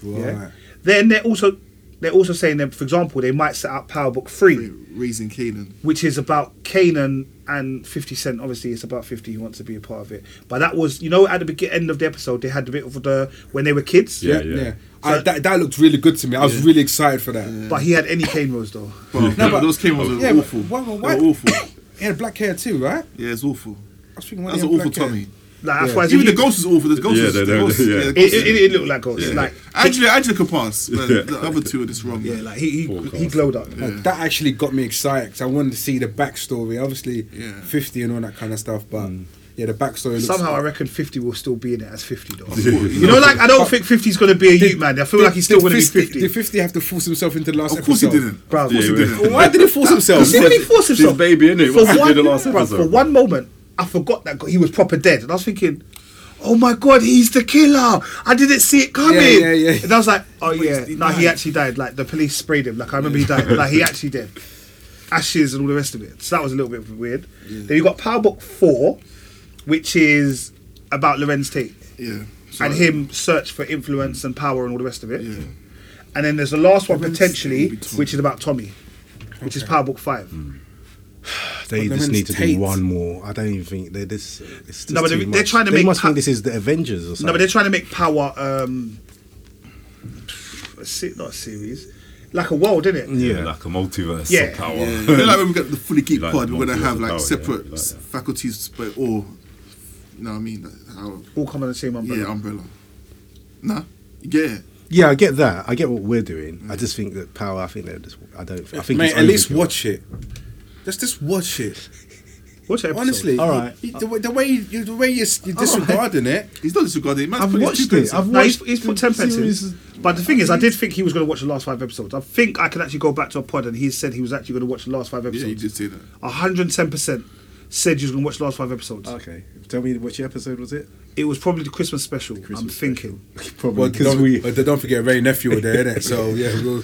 right. Yeah. Then they're also they're also saying that, for example, they might set out Power Book Three, Raising Keenan. which is about Kanan and Fifty Cent. Obviously, it's about Fifty who wants to be a part of it. But that was, you know, at the begin- end of the episode, they had the bit of the when they were kids. Yeah, yeah. yeah. I, that, that looked really good to me. I was really excited for that. But he had any Kane roles though. But, no, but- but those Kenyans were Yeah, but awful. why- They why- were awful. He had black hair too, right? Yeah, it's awful. I was thinking, why That's he an had awful black hair? Tommy. Like that's why Even he- the ghost is awful. The ghost Yeah, is they- the they- <laughs> ghost. yeah. Yeah, the It, ghost it, is- it looked like ghosts. Like Angela, Angela could pass, but Yeah. the other two are just wrong. yeah, like he Poor he, he cast. glowed up. Like, that actually got me excited 'cause I wanted to see the backstory. Obviously, Yeah. 50 and all that kind of stuff, but yeah, the backstory looks Somehow I reckon 50 will still be in it as 50 <laughs> though. Yeah. You know, like I don't think 50's gonna be a youth man. I feel like he's still gonna be 50. Did 50 have to force himself into the last Of course he episode? didn't. Bruv. Of course he Yeah, didn't. Well, why did he <laughs> force himself? He didn't force His himself. baby, innit? For What he did one, the last bruv, episode. for one moment, I forgot that he was proper dead, and I was thinking, "Oh my god, he's the killer!" I didn't see it coming. Yeah, yeah, yeah. And I was like, "Oh But yeah, he no, he died. actually died. Like the police sprayed him. Like I remember he died. like <laughs> he actually did. Ashes and all the rest of it. So that was a little bit weird. Then you got Power Book Four, which is about Lorenz Tate Yeah. So- and him search for influence and power and all the rest of it. Yeah. And then there's the last one Lorenz potentially, will be Tommy. Mm. which is about Tommy, which is Power Book Five. They But just then need to it's do Tate. one more. I don't even think they this. It's just No, but too they- they're much. trying to They make must pa- think this is the Avengers or something. No, but they're trying to make power um a se- not a series, like a world, isn't it? Yeah, yeah. like a multiverse Yeah. of power. <laughs> Yeah. You know, like when we got the fully geek Like pod, we're gonna multiverse have of like power, yeah, separate like that. faculties, but all. You know what I mean? Like, how- All come under the same umbrella. yeah, umbrella. Nah, you get it. Yeah, I get that. I get what we're doing. I just think that power. I think they're just. I don't. I think Mate, it's at least overkill. watch it. Just just watch it. Watch that episode. Honestly, All right. you- you- the, way- the way you, the way you're, you're disregarding it. He's not disregarding. it. Man's I've putting his watched two it. pence in. I've No, he's, watched. he's put the ten pence series. in. But the thing is, I did think he was going to watch the last five episodes. I think I can actually go back to a pod and he said he was actually going to watch the last five Yeah, you episodes. did say that. hundred and ten percent. said you was gonna watch the last five episodes. Okay, tell me which episode was it? It was probably the Christmas special. I'm thinking. Probably Well, because don't, we. but don't forget Ray nephew were there, innit? So yeah, <laughs> we'll,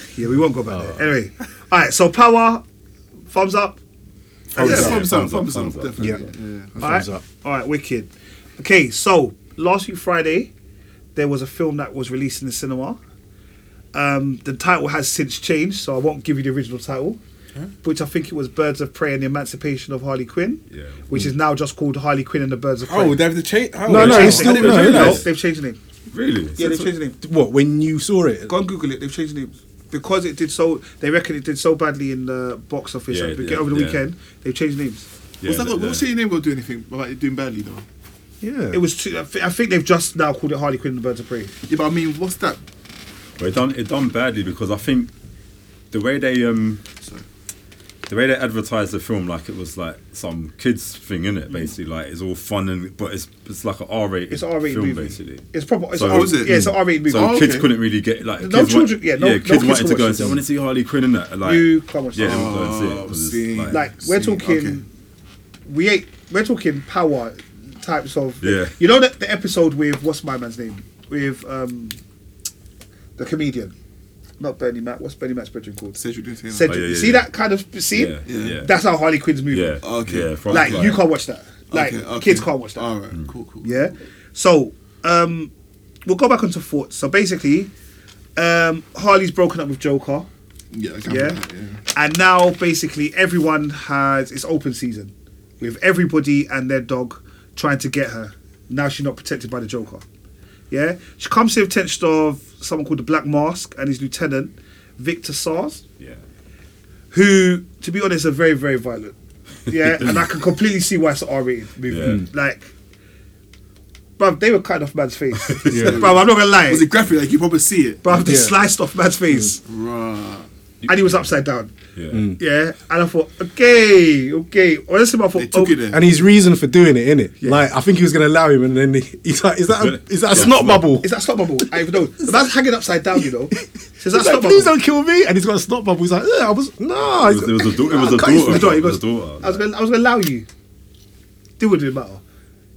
<laughs> Yeah, we won't go back there. Anyway, all right. So power, thumbs up. yeah, up, thumbs up, thumbs up, thumbs up. definitely. Yeah. All right. Thumbs up. All right, wicked. Okay, so last week Friday, there was a film that was released in the cinema. Um, the title has since changed, so I won't give you the original title, which I think it was Birds of Prey and the Emancipation of Harley Quinn, Yeah. which is now just called Harley Quinn and the Birds of Prey. oh, they have to change. Oh, No, They've no, changed it's it. still- They've no, changed it. no. they've changed the name. Really? Yeah, So- they've changed the name. What when you saw it? Go and Google it. They've changed the name because it did so. They reckon it did so badly in the box office Yeah, at the yeah, begin- over the yeah. weekend. They've changed names. yeah, What's that? yeah. got- What's your name going to do anything about it doing badly though? Yeah. It was. Too, I, thi- I think they've just now called it Harley Quinn and the Birds of Prey. Yeah, but I mean, what's that? But it done it done badly because I think the way they um Sorry. the way they advertised the film like it was like some kids thing in it basically like it's all fun and but it's it's like an R rated It's an R-rated film movie. basically. It's proper. It's So- an R- Is it? Yeah, it's an R-rated movie. So Oh, kids okay. couldn't really get like No kids children- yeah, no- no kids kids wanted to watch go and this. say I want to see Harley Quinn in that like You Ah, can't watch yeah this. they won't go and see it Oh, 'cause it's, see. like, like we're See, talking, okay. we ain't. We're talking power types of. Yeah. You know that the episode with what's my man's name with um, the comedian, not Bernie Mac. What's Bernie Mac's bedroom called? Cedric didn't say that. Cedric. Oh, yeah, yeah, see yeah. that kind of scene? yeah yeah That's how Harley Quinn's movie. yeah Okay. yeah, from- Like you can't watch that. Like Okay, okay. kids can't watch that. All right, Mm. cool, cool. Yeah. So um, we'll go back onto thoughts. So basically, um, Harley's broken up with Joker. yeah, I can Yeah. remember that, yeah. And now basically everyone has it's open season with everybody and their dog trying to get her. Now she's not protected by the Joker. Yeah? She comes to the attention of someone called the Black Mask and his lieutenant, Victor Sars, yeah who, to be honest, are very, very violent. Yeah, and I can completely see why it's an R rated movie. Like Bruv, they were cut off man's face. Bruv, I'm not gonna lie. Was it Mm. graphic? Like you probably see it. Bruv, they Yeah. sliced off man's face. Bruh. And he was upside down. yeah Yeah, and I thought, okay, okay. Honestly, I thought, They took oh, it there. And his reason for doing it, innit? Like, I think he was going to allow him, and then he, he's like, "Is that a, is that a Yeah. snot bubble?" is that stop bubble? I even know. The man's hanging upside down, you know. Says that He's like, stop "Please bubble. don't kill me!" And he's got a snot bubble. He's like, "Yeah, I was no." it was, it was a do- it was a <laughs> I can't use daughter my He goes, it he was a goes, I was daughter gonna, I was gonna allow you. Deal with it, matter.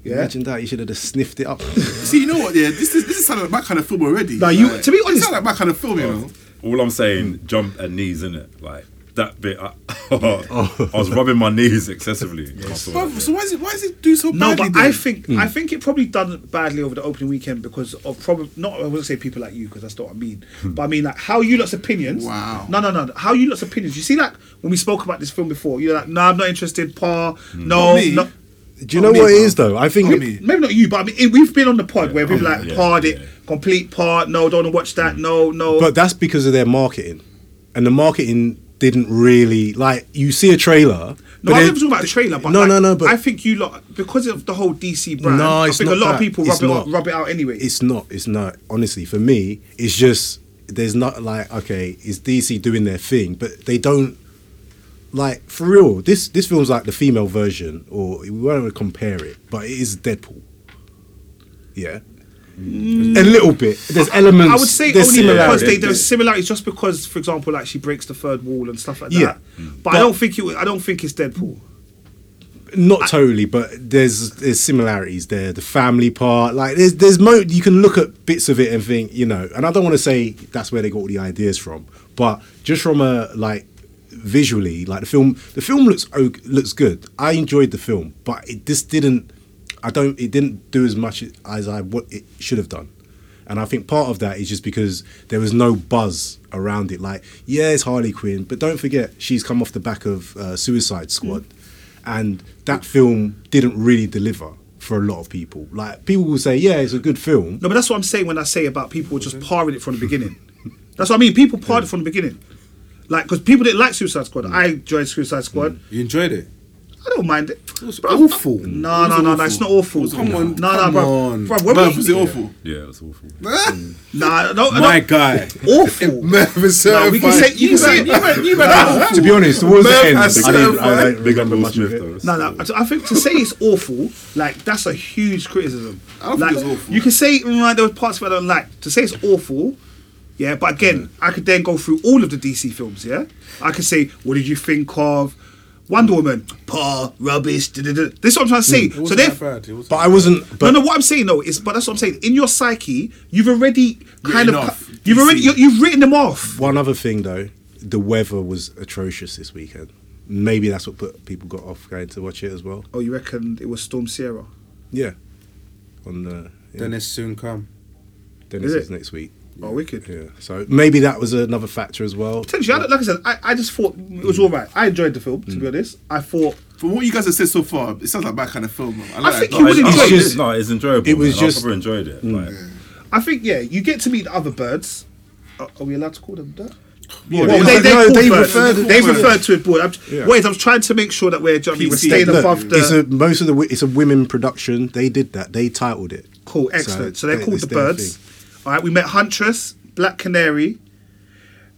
Yeah. Imagine that. You should have just sniffed <laughs> it up. See, you know what? Yeah, this is this is sounding like my kind of film already. Nah, you- Like, to be it honest- sound like my kind of film, you know. all I'm saying jump and knees in it like that bit I, <laughs> I was rubbing my knees excessively when I saw that Bruv, bit. so why is it why does it do so No, badly? but I then? think Hmm. I think it probably done badly over the opening weekend because of probably not. I wouldn't say people like you because that's not what I mean. Hmm. but I mean like how you lot's opinions. Wow. No, no, no. How you lot's opinions. You see, like when we spoke about this film before, you're like, no, I'm not interested. Pa, Hmm. no, Not me. no. Do you know what it is though? I think Oh, me. Maybe not you, but I mean it- we've been on the pod where people yeah, like yeah, pard it, yeah. complete part. No, don't wanna watch that. No, no. Hmm. But that's because of their marketing, and the marketing didn't really like. You see a trailer. No, I then- wasn't talking about a trailer, but no, like, no, no. But I think you lot because of the whole DC brand. No, I it's think a not lot of that. people It's rub it, out, not. rub it out anyway. it's not. It's not. Honestly, for me, it's just there's not like okay, is DC doing their thing, but they don't like for real. This this film's like the female version, or we won't compare it, but it is Deadpool. Yeah, a little bit. There's elements. Mm. I would say there's only because similarities. they, there's similarities, just because, for example, like she breaks the third wall and stuff like that. Yeah. But, I don't think it. wa- I don't think it's Deadpool. not totally, but there's there's similarities there. The family part, like there's there's mo you can look at bits of it and think, you know. And I don't want to say that's where they got all the ideas from, but just from a like visually, like the film, the film looks o- looks good. I enjoyed the film, but it just didn't. I don't. It didn't do as much as I what it should have done. And I think part of that is just because there was no buzz around it. Like, yeah, it's Harley Quinn, but don't forget she's come off the back of uh, Suicide Mm. Squad, and that film didn't really deliver for a lot of people. Like, people will say, yeah, it's a good film. No, but that's what I'm saying when I say about people just parring it from the beginning. that's what I mean. People parred it from the beginning, like because people didn't like Suicide Squad. I enjoyed Suicide Squad. you enjoyed it. I don't mind it. It was awful. No, It no, was no, no. awful. It's not awful. Come on, no, come no, bro. on. Bro, when Bruv, we- was it <laughs> awful? <laughs> yeah it was awful Nah, no, no, <laughs> My guy. <laughs> awful. No, we can say you can say you went you went awful. To be honest, towards the Merv end, I has didn't, I certified- don't big up remember Will much of Smith it. though No, no. I I think to say it's awful, like that's a huge criticism. I don't like, think it's awful. You can say mm, like, there were parts of it I don't like. To say it's awful, yeah. Mm. But again, I could then go through all of the DC films. Yeah, I could say, what did you think of? Wonder Woman, par rubbish. da, da, da. This is what I'm trying to Mm. say. It wasn't so that they've bad. It wasn't But I wasn't. But no, no. What I'm saying though is, but that's what I'm saying. In your psyche, you've already kind Written of off you've DC. already you, you've written them off. One other thing though, the weather was atrocious this weekend. Maybe that's what put people got off going to watch it as well. Oh, you reckon it was Storm Sierra? Oh, Yeah, on the yeah. Dennis soon come. Dennis Is is, it? next week. Oh, wicked. Yeah, so maybe that was another factor as well. Potentially, I don't, like I said, I, I just thought it was all right. I enjoyed the film, to Mm. be honest. I thought From what you guys have said so far, it sounds like that kind of film. man. I, like think that. you would I- I- enjoy this. No, it's enjoyable. It was man. just- I proper enjoyed it. Like, I think yeah, you get to meet the other birds. Are, are we allowed to call them that? Yeah, Well, they, they- they, no, call they birds. refer to- they call refer birds. to it board. I'm, Yeah. Wait, I'm trying to make sure that we're, do you know what I mean, we're PC. staying Look, above it's the a, most of the wi- it's a women production. They did that. They titled it. cool. Excellent. So, they're they- called it's the their birds. thing. All right, we met Huntress, Black Canary,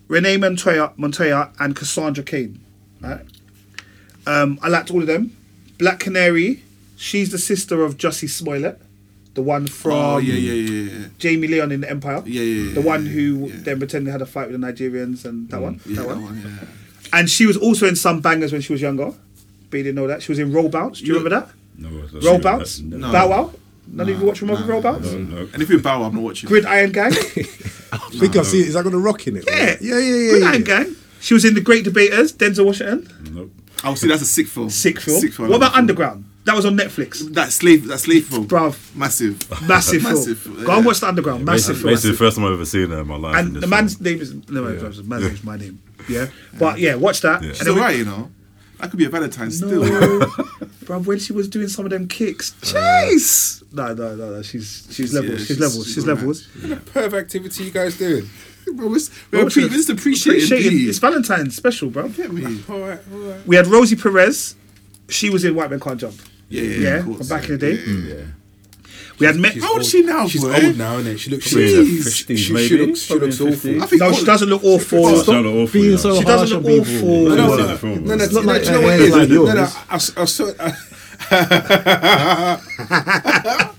Renee Montoya, Montoya, and Cassandra Kane. All right, um, I liked all of them. Black Canary, she's the sister of Jussie Smollett, the one from Oh, yeah, yeah, yeah, yeah. Jamie Leon in the Empire. Yeah, yeah, yeah, The one who yeah. Mm, then pretended had a fight with the Nigerians and that one. Yeah, that that one. one, yeah. And she was also in some bangers when she was younger. But you didn't know that. She was in Roll Bounce. Do you You- remember that? no, that's- Roll uh, Bounce? No, Bow Wow? None of you watch remember Roll Bounce? no, no. And if you bow, I'm not watching. Gridiron Gang? yeah. I think I've seen. Is that got a rock in it? yeah, yeah, yeah, yeah. Gridiron Gang. She was in The Great Debaters, Denzel Washington. Nope. I'll see that's a sick film. Sick film. Sick film. What about Film. Underground? That was on Netflix. That slave, that slave film. Bruv. Massive. Massive film. Massive film, Go and yeah. watch the Underground. Massive Basically, film. basically the first time I've ever seen her in my life. in And this the man's film. name is no, no, the man's name is my name. Yeah, but yeah, watch that. And She's then we- alright, you know. That could be a Valentine's still. No, bro. When she was doing some of them kicks, jeez. No, no, no, no. She's she's levels. Yeah, she's, she's- levels. she's She's alright. levels. Perv activity you guys doing? Bro, it's- we're appre- this is appreciated. Appreciating- B. It's Valentine's special, bro. Get me. All right, all right. We had Rosie Perez. She was in White Men Can't Jump. Yeah, yeah, Yeah, of course. Mm. from back in the day. Yeah, yeah. We had Met. She's How old old- is she now, She's boy? old now, isn't it? She looks. She, Probably in her looks- 50s, she, she maybe. looks. She Probably looks in her awful. 50s. I think No, she doesn't look awful. Stop being so She doesn't look awful. No, no, Wasn't no, the film, no, no, wasn't no, it? no, Not do you know what like it is? yours. No, no, I, I saw. I-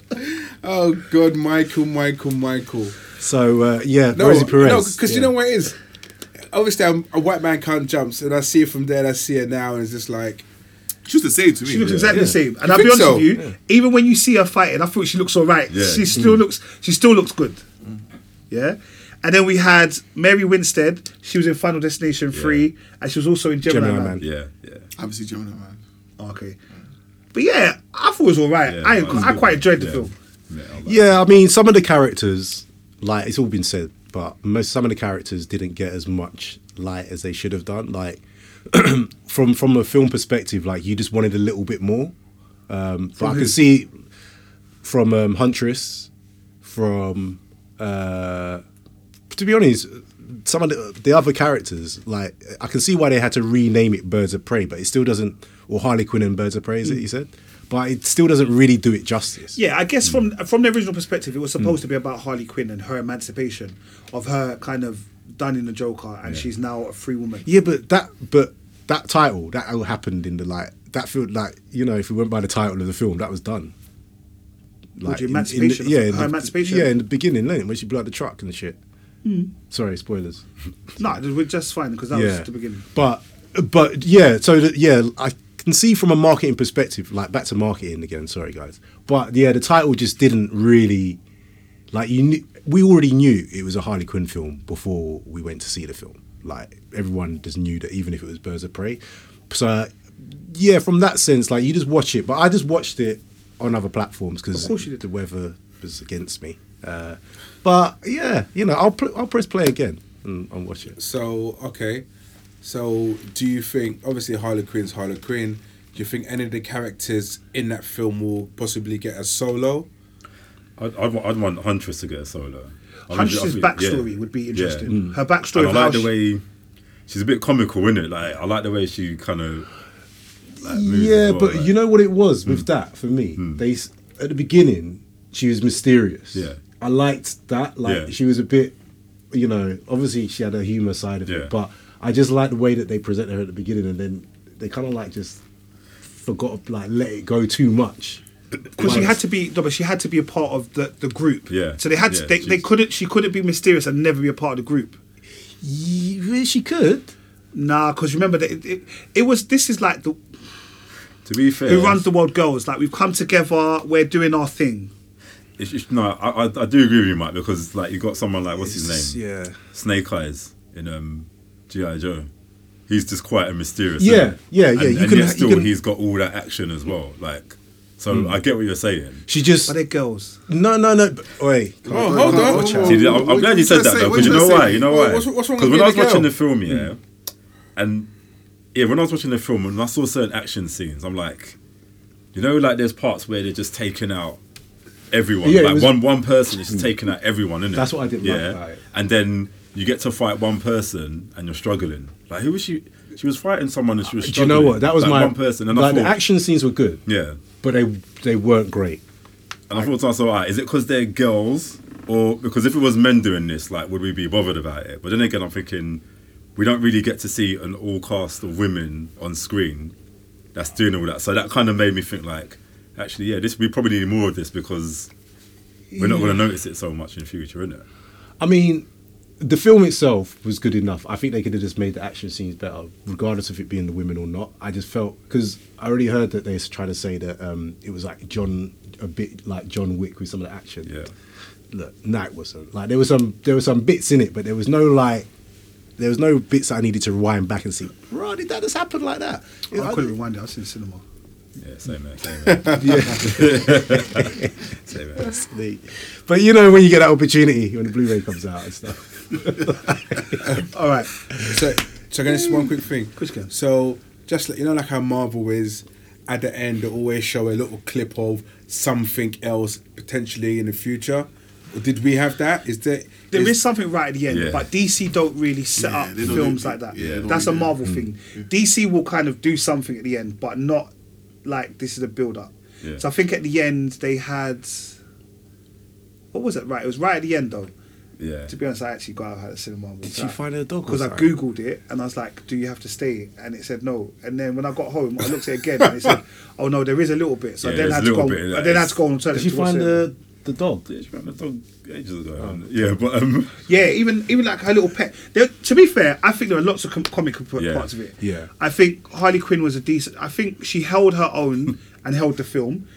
<laughs> oh God, Michael, Michael, Michael. So uh, yeah, No, Rosie Perez. because yeah. you know what it is. Obviously, I'm, a white man can't jumps, and I see it from there. and I see it now, and it's just like She was the same to me. She looks Yeah. exactly the same, and I'll be think honest so? with you. Even when you see her fighting, I thought she looks all right. Yeah. She still looks. She still looks good. Yeah. And then we had Mary Winstead. She was in Final Destination Three, and she was also in Gemini, Gemini Man. Man. Yeah, yeah. Obviously, Gemini man. Okay. But yeah, I thought it was all right. Yeah, I that was I good. quite enjoyed the Yeah. film. Yeah, I like Yeah, I mean, some of the characters, like it's all been said, but most some of the characters didn't get as much light as they should have done. Like <clears throat> from from a film perspective, like you just wanted a little bit more. Um, but I can see from um, Huntress, from uh, to be honest, some of the, the other characters, like I can see why they had to rename it Birds of Prey, but it still doesn't, or Harley Quinn and Birds of Prey, is it you said? But it still doesn't really do it justice. Yeah, I guess Hmm. from from the original perspective, it was supposed to be about Harley Quinn and her emancipation of her kind of done in the Joker, and she's now a free woman. Yeah, but that but that title that all happened in the like that felt like you know if we went by the title of the film that was done. What, the in- in emancipation of- yeah, in her the, emancipation? Yeah, in the beginning, innit, when she blew up the truck and shit. Sorry, spoilers. No, we're just fine because that yeah, was the beginning. but but yeah, so that yeah, I can see from a marketing perspective, like back to marketing again. Sorry, guys, but yeah, the title just didn't really like you. Knew, we already knew it was a Harley Quinn film before we went to see the film. Like everyone just knew that, even if it was Birds of Prey. So yeah, from that sense, like you just watch it. But I just watched it on other platforms because Of course you did. the weather was against me. Uh, but yeah, you know, I'll pl- I'll press play again and, and watch it. so. Okay, so do you think obviously Harley Quinn's Harley Quinn? Do you think any of the characters in that film will possibly get a solo? I'd, I'd, want, I'd want Huntress to get a solo. I mean, Huntress's I think- backstory yeah. would be Yeah. interesting. And Her backstory. I of how like the she- way she's a bit comical, in it? Like I like the way she kind of. Like, moves yeah, as well, but like- hmm. you know what it was with that for me. They s- at the beginning she was mysterious. Yeah. I liked that. Like Yeah. she was a bit, you know. Obviously she had a humor side of Yeah. it, but I just liked the way that they presented her at the beginning, and then they kind of like just forgot like let it go too much. because she Like- had to be no, but she had to be a part of the, the group. Yeah, So they had yeah, to, they, they she's- couldn't she couldn't be mysterious and never be a part of the group. Ye- well, She could. Nah, because remember that it, it, it was. This is like the To be fair, who runs the world girls. Like we've come together, we're doing our thing. It's, it's, no, I, I I do agree with you, Mike, because like you got someone like what's It's- his name, Yeah. Snake Eyes in um, GI Joe. He's just quiet and mysterious. Yeah, isn't he? yeah, yeah, And, you and can- yet you still, can- he's got all that action as well. Like, so I get what you're saying. She just But they're girls. no, no, no. but- Wait, Oh, hold on. watch out. Whoa, See, I'm, whoa, whoa, I'm what glad you said trying to that say? though, What because you know trying to why? say? You know What- why? What's, what's wrong Because with when I was being a watching girl? the film, Hmm. yeah, and yeah, when I was watching the film and I saw certain action scenes, I'm like, you know, like there's parts where they're just taking out everyone. Yeah, it like was- Hmm. one one person is just taking out everyone, is That's what I didn't like about it. And then you get to fight one person and you're struggling. Like who was she? She was fighting someone and she was Do you struggling. know what? That was Like, my one person. And I like the thought, action scenes were good, yeah. but they they weren't great. And I thought to myself, alright, is it because they're girls, or because if it was men doing this, like, would we be bothered about it? But then again, I'm thinking we don't really get to see an all cast of women on screen that's doing all that. So that kind of made me think, like, actually, yeah, this we probably need more of this because we're not going to notice it so much in future, innit? I mean, the film itself was good enough. I think they could have just made the action scenes better, regardless of it being the women or not. I just felt because I already heard that they tried to say that um, it was like John, a bit like John Wick with some of the action. Yeah. Look, no, it wasn't. Like there was some there were some bits in it, but there was no like. There was no bits that I needed to rewind back and see. Bro, did that just happen like that? I couldn't rewind it. I was in the cinema. Yeah, same man, same man, <laughs> yeah. <laughs> same man. The- But you know when you get that opportunity when the Blu-ray comes out and stuff. <laughs> All right. So, so again, just one quick thing. Chris Gale. So, just like, you know, like how Marvel is at the end, they always show a little clip of something else potentially in the future. Or did we have that? Is there? There is, is- something right at the end, Yeah. but DC don't really set Yeah, up they don't films do- like that. yeah, they don't That's a really do. Marvel thing. DC will kind of do something at the end, but not like this is a build up. Yeah. So I think at the end they had what was it? Right, it was right at the end though. Yeah. To be honest, I actually got out of the cinema. Did you find a dog or Because I something? googled it and I was like, "Do you have to stay?" And it said no. And then when I got home, I looked at it again and it said, "Oh no, there is a little bit." So I Yeah, then there's had a to little go. bit in I that. then had to go on. Did you find the the dog? Yeah, she ran the dog ages ago. Yeah, but um, Yeah, even even like her little pet. There, to be fair, I think there are lots of com- comic p- Yeah. parts of it. Yeah. I think Harley Quinn was a decent. I think she held her <laughs> own and held the film.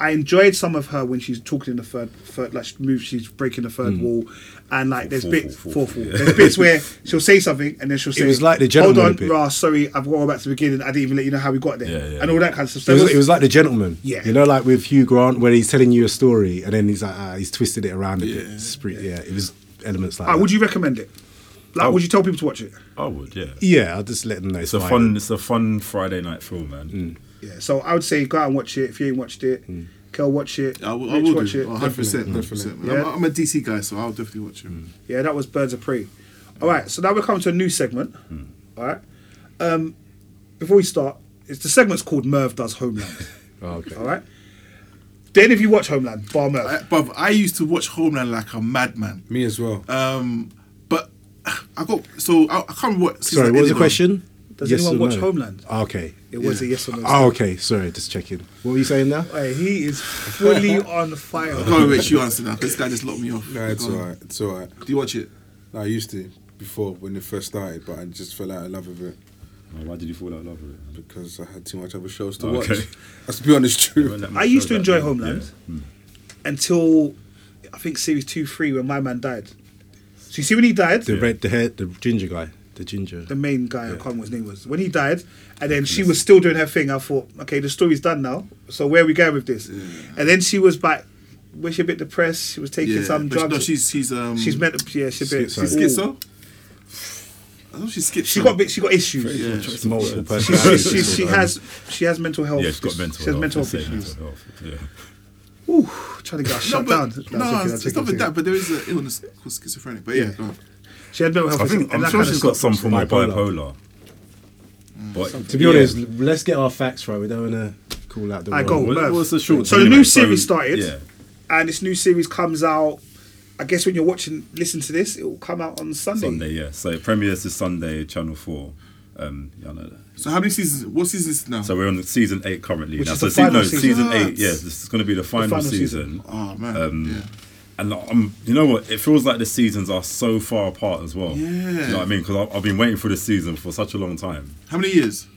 I enjoyed some of her when she's talking in the third, third like she moves, she's breaking the Mm. third wall, and like there's Fourth bits, wall, fourth fourth wall. wall, yeah. There's <laughs> bits where she'll say something and then she'll say, was like the "Hold gentleman on, a bit." Ra, sorry, I've got to go back to the beginning. I didn't even let you know how we got there, Yeah, yeah. and all that kind of stuff." So It was, it was like the gentleman. Yeah. You know, like with Hugh Grant, where he's telling you a story and then he's like, ah, he's twisted it around a bit. It's pretty, yeah. It was elements like. Ah, that. would you recommend it? Like, Oh. would you tell people to watch it? I would, yeah. Yeah, I'll just let them know. It's a fun, it's a fun Friday night film, man. Mm. Yeah, so I would say go out and watch it if you ain't watched it. Kel, watch it. I will, I Rich, will watch do. it. 100 percent, 100 percent. Yeah. I'm a DC guy, so I'll definitely watch it. Yeah, that was Birds of Prey. All right, so now we're coming to a new segment. All right. Um, before we start, it's, the segment's called Merv Does Homeland. okay. all right. Then if you watch Homeland, bar Merv. I, bruv, I used to watch Homeland like a madman. me as well. Um, but <sighs> I got so I, I can't remember what. season Sorry, I what was the ended on. question? Does anyone or watch Homeland? Ah, Okay. it was a yes or no. Oh, okay. Sorry, just checking. What were you saying now? Hey, he is <laughs> fully on fire. Go on, Rich, you answer now. 'cause This guy just locked me off. No, it's Go on. alright. It's alright. Do you watch it? No, I used to before when it first started, but I just fell out of love with it Oh, Why did you fall out of love with it? because I had too much other shows to Okay. watch. That's to be honest, true. Let me I used show to that, enjoy yeah. Homeland Yeah. until I think series two, three, when my man died. So you see when he died, The red, the hair, the ginger guy, the ginger. the main guy, I can't remember what his name was. When he died, and then she was still doing her thing, I thought, okay, the story's done now. So where are we going with this? And then she was back, was she a bit depressed? She was taking Yeah. some but drugs. No, she's she's um. she's meant to, yeah, she's a bit. Schizo. she's- schizo. I thought she's schizo. She got a bit, she got issues. Yeah. It's multiple <laughs> She, she, personalities. she, she has she has mental health. Yeah, she's got mental. She has health, mental let's health say issues. mental health, Ooh, trying to get her No, shut down. No, I'm but, joking, no, I'm it's joking, I'm not with joking. that. But there is an illness called schizophrenic. But yeah, go on. She had mental health. I issues think and I'm that sure kind of she's got stuff. some form of bipolar. Bipolar. But To be yeah. honest, let's get our facts right. We don't want to call out the. I wrong- go. What- Merv. what's the short So term the new anyway? series So, started, yeah. and this new series comes out. I guess when you're watching, listen to this, it will come out on Sunday. Sunday, yeah. So it premieres this Sunday, Channel Four. Um, y'all know that. So how many seasons? What season is this now? So we're on season eight currently. Which now. is so the final no, season. season Ah, eight. Yes, this is going to be the final, final season. oh man. yeah. And I'm, you know what? It feels like the seasons are so far apart as well. Do you Yeah. know what I mean? Because I've, I've been waiting for this season for such a long time. How many years?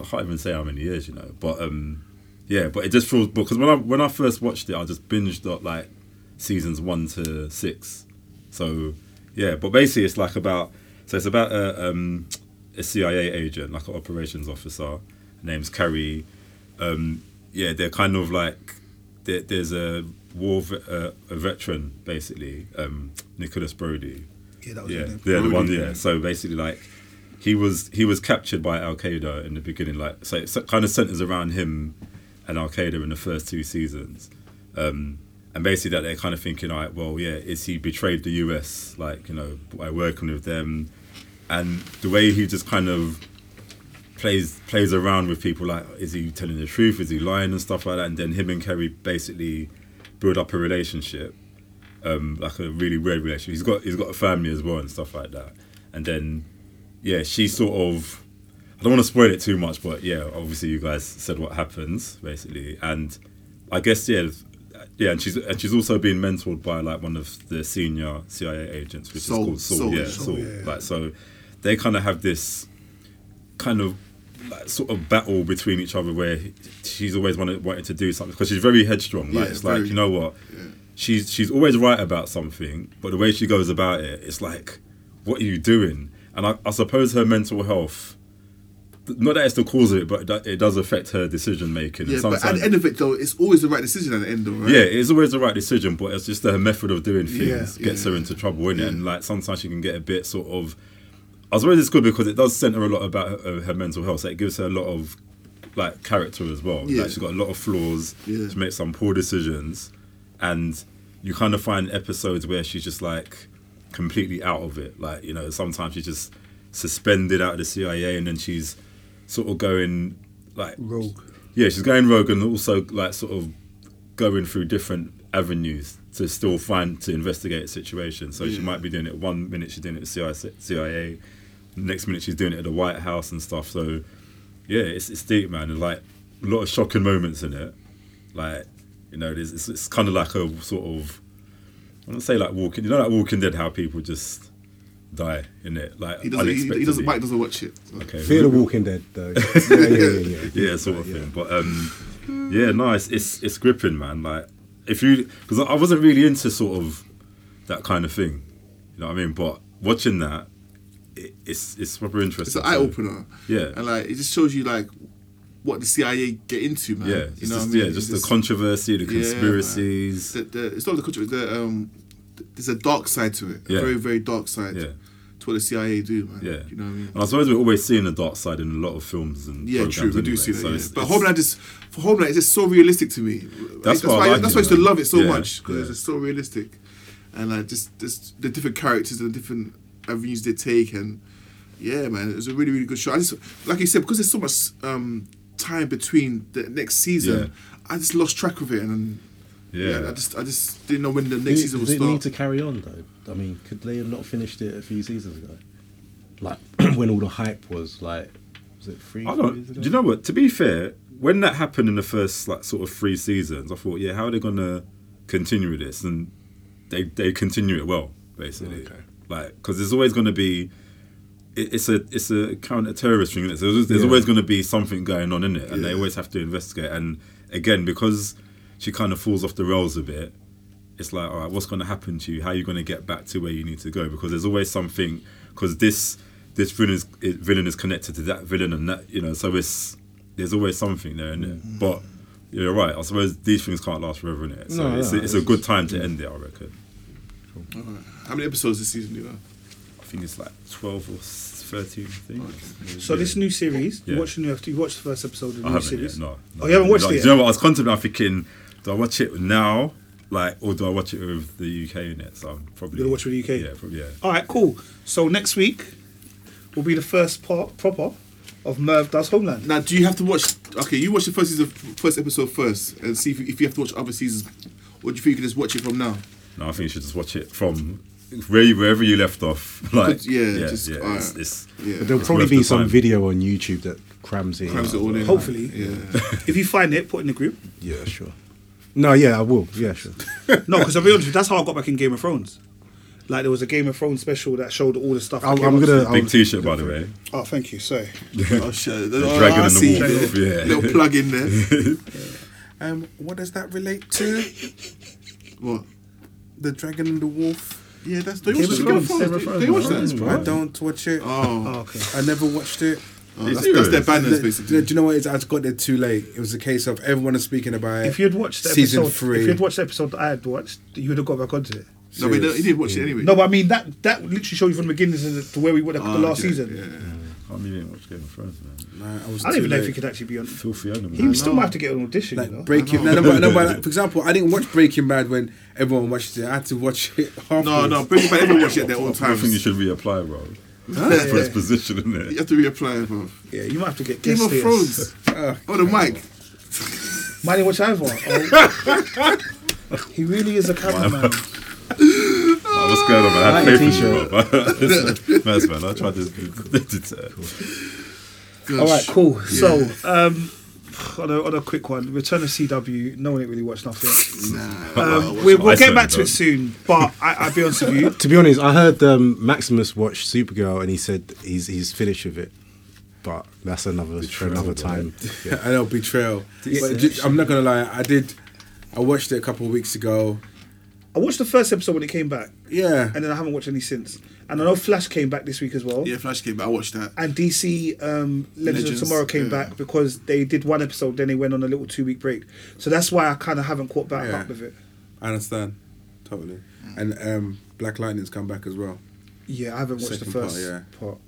I can't even say how many years, you know. But um, yeah, but it just feels because when I when I first watched it, I just binged up like seasons one to six. So yeah, but basically it's like about so it's about a, um, a CIA agent, like an operations officer. Her name's Carrie. Um, yeah, they're kind of like there, there's a war ve- uh, a veteran basically, um, Nicholas Brody Yeah, that was yeah, your name. yeah, the one, Brody. yeah. So basically, like he was he was captured by Al Qaeda in the beginning, like so it kind of centers around him and Al Qaeda in the first two seasons, um, and basically that they're kind of thinking, all right, well, yeah, is he betrayed the U.S. like you know by working with them, and the way he just kind of plays plays around with people like is he telling the truth is he lying and stuff like that and then him and Kerry basically build up a relationship um like a really weird relationship he's got he's got a family as well and stuff like that and then yeah she sort of I don't want to spoil it too much but yeah obviously you guys said what happens basically and I guess yeah yeah and she's and she's also being mentored by like one of the senior CIA agents which Saul, is called Saul, Saul, yeah Saul, Saul like so they kind of have this kind of like, sort of battle between each other where he- she's always wanted, wanted to do something because she's very headstrong. Like Yeah, it's like very. you know what, she's she's always right about something, but the way she goes about it, it's like, what are you doing? And I, I suppose her mental health, not that it's the cause of it, but it do- it does affect her decision making. Yeah, but at the end of it though, it's always the right decision at the end though, right? Yeah, it's always the right decision, but it's just that her method of doing things Yeah, gets yeah. her into trouble, innit? And like sometimes she can get a bit sort of. I suppose it's good because it does centre a lot about uh, her, her mental health. So it gives her a lot of like character as well. Yeah. Like she's got a lot of flaws. Yeah. She makes some poor decisions, and you kind of find episodes where she's just like completely out of it. Like you know, sometimes she's just suspended out of the CIA, and then she's sort of going like Rogue. yeah, she's going rogue and also like sort of going through different avenues to still find to investigate a situation. So she might be doing it one minute she's doing it at CIA, CIA, next minute she's doing it at the White House and stuff. So yeah, it's it's deep, man, and like a lot of shocking moments in it. Like you know, there's, it's it's kind of like a sort of I don't say like walking. You know, like Walking Dead, how people just die in it. Like He doesn't. He, he doesn't. unexpectedly. Mike doesn't watch it. So. <laughs> Okay, Fear the Walking Dead, <laughs> though. yeah, yeah, yeah, yeah. yeah, sort of thing. But um, yeah, no, it's, it's it's gripping, man. Like if you, because I wasn't really into sort of that kind of thing, you know what I mean. But watching that, it, it's it's proper It's interesting. an eye So, opener. Yeah. And like it just shows you like what the CIA get into, man. Yeah, you it's know. just, what I mean? yeah, just It's the controversy, the man. conspiracies. The, the, it's not the country. The, um, th- there's a dark side to it. Yeah. A very very dark side. Yeah. To what the CIA do, man. Yeah, You know what I mean. and I suppose we're always seeing the dark side in a lot of films and Yeah, programs true. We do anyway, see that. so yeah. it's- but it's- Homeland is for Homeland. It's just so realistic to me. That's why I why. like that's it, why I used to man. love it so Yeah, much because yeah. it's just so realistic, and like just just the different characters and the different avenues they take, and yeah, man, it was a really really good show. I just like you said because there's so much um, time between the next season. I just lost track of it, and yeah. yeah, I just I just didn't know when the next season would Does it start. need to carry on though? I mean, could they have not finished it a few seasons ago? Like <clears throat> when all the hype was like, was it three? I years don't. ago? Do you know what? To be fair, when that happened in the first like sort of three seasons, I thought, yeah, how are they gonna continue with this? And they they continue it well, basically. Okay. Like, because there's always gonna be. it- It's a it's a counter terrorist thing, isn't it? So there's, there's Yeah. always going to be something going on in it, and they always have to investigate. And again, because she kind of falls off the rails a bit, it's like, all right, what's going to happen to you? How are you going to get back to where you need to go? Because there's always something. Because this this villain is, is- villain is connected to that villain, and that you know, so it's there's always something there, in it. But you're right. I suppose these things can't last forever, in it. So No, it's, no, it's, a it's- good time to end it. I reckon. How many episodes this season do you know? I think it's like twelve or s- thirteen. I think. So Yeah. this new series, Yeah. you watched the new you watched the first episode I of the new haven't series. yet. No, no. Oh, you haven't watched No, it Do you know yet? what? I was contemplating. I'm thinking, do I watch it now, like, or do I watch it with the UK in it? So I'm probably You're gonna watch it with the UK? Yeah, probably. Yeah. All right, cool. So next week will be the first part proper of Merv Does Homeland. Now, do you have to watch? Okay, you watch the first season, first episode first, and see if you, if you have to watch other seasons, or do you think you can just watch it from now? No, I think you should just watch it from where you, wherever you left off. <laughs> Like, yeah, just- it's, alright. it's- Yeah. There'll probably worth the be some time. video on YouTube that crams it. Crams in. it all in. Hopefully. <laughs> Yeah. If you find it, put it in the group. Yeah, sure. <laughs> No, yeah, I will. Yeah, sure. No, because I'll be honest, with you, that's how I got back in Game of Thrones. Like there was a Game of Thrones special that showed all the stuff. that I'm- came I'm up to gonna- the- Big T-shirt, by the way. Oh, thank you. Sorry. oh shit! Oh, dragon I in the see. wall. Little, Yeah. little plug in <laughs> there. um, what does that relate to? what? The dragon and the wolf. Yeah, that's they watch of the Game of Thrones, Game Thrones. of They- Thrones, They watch man. that. Right. I don't watch it. Oh, Oh, okay. I never watched it. that's, that's their serious? banners The- basically. do you know what it is? I just got there too late. It was a case of everyone is speaking about it. If you'd watched the season episode, three, if you'd watched the episode that I had watched, you would have got back onto it. No, but he didn't watch it anyway. No, but I mean that that literally showed you from the beginning to the- to where we were the, Oh, the last okay, season. yeah. Can't believe you didn't watch Game of Thrones, man. Nah, I was I don't too even know if late. he could actually be on. Filthy animal. He still might have to get an audition. you know? Like Breaking no, no, but, no, but like, for example, I didn't watch Breaking Bad when everyone watched it. I had to watch it. <laughs> Halfway. No, no, Breaking Bad. Everyone watch it at their own I time. think you should reapply, bro. You First position in there. have to reapply, bro. yeah, you might have to get Game guest of stars. Ah, Thrones. Oh, the mic. Might not watch either. <laughs> Oh. he really is a Nah, cameraman. what's going on, man? I I had like faith your in you, <laughs> bro. Nice, man. I <laughs> tried this. deter. <laughs> Gosh. All right, cool. So, um, on a, on a quick one, Return of CW. No one ain't really watched nothing. Nah, Um, we, <laughs> I we'll get certainly back to don't. it soon. But I, I'll be honest with you. <laughs> To be honest, I heard um, Maximus watched Supergirl and he said he's he's finished with it, but that's another for another time. Yeah. I know betrayal. But ju- I'm not gonna lie. I did. I watched it a couple of weeks ago. I watched the first episode when it came back, Yeah, and then I haven't watched any since. And I know Flash came back this week as well. yeah, Flash came back. I watched that. And DC um, Legends, Legends, of Tomorrow came yeah. back because they did one episode, then they went on a little two week break. So that's why I kind of haven't caught back Yeah. up with it. I understand totally. And um, Black Lightning's come back as well. Yeah, I haven't watched Second the part, first part. yeah.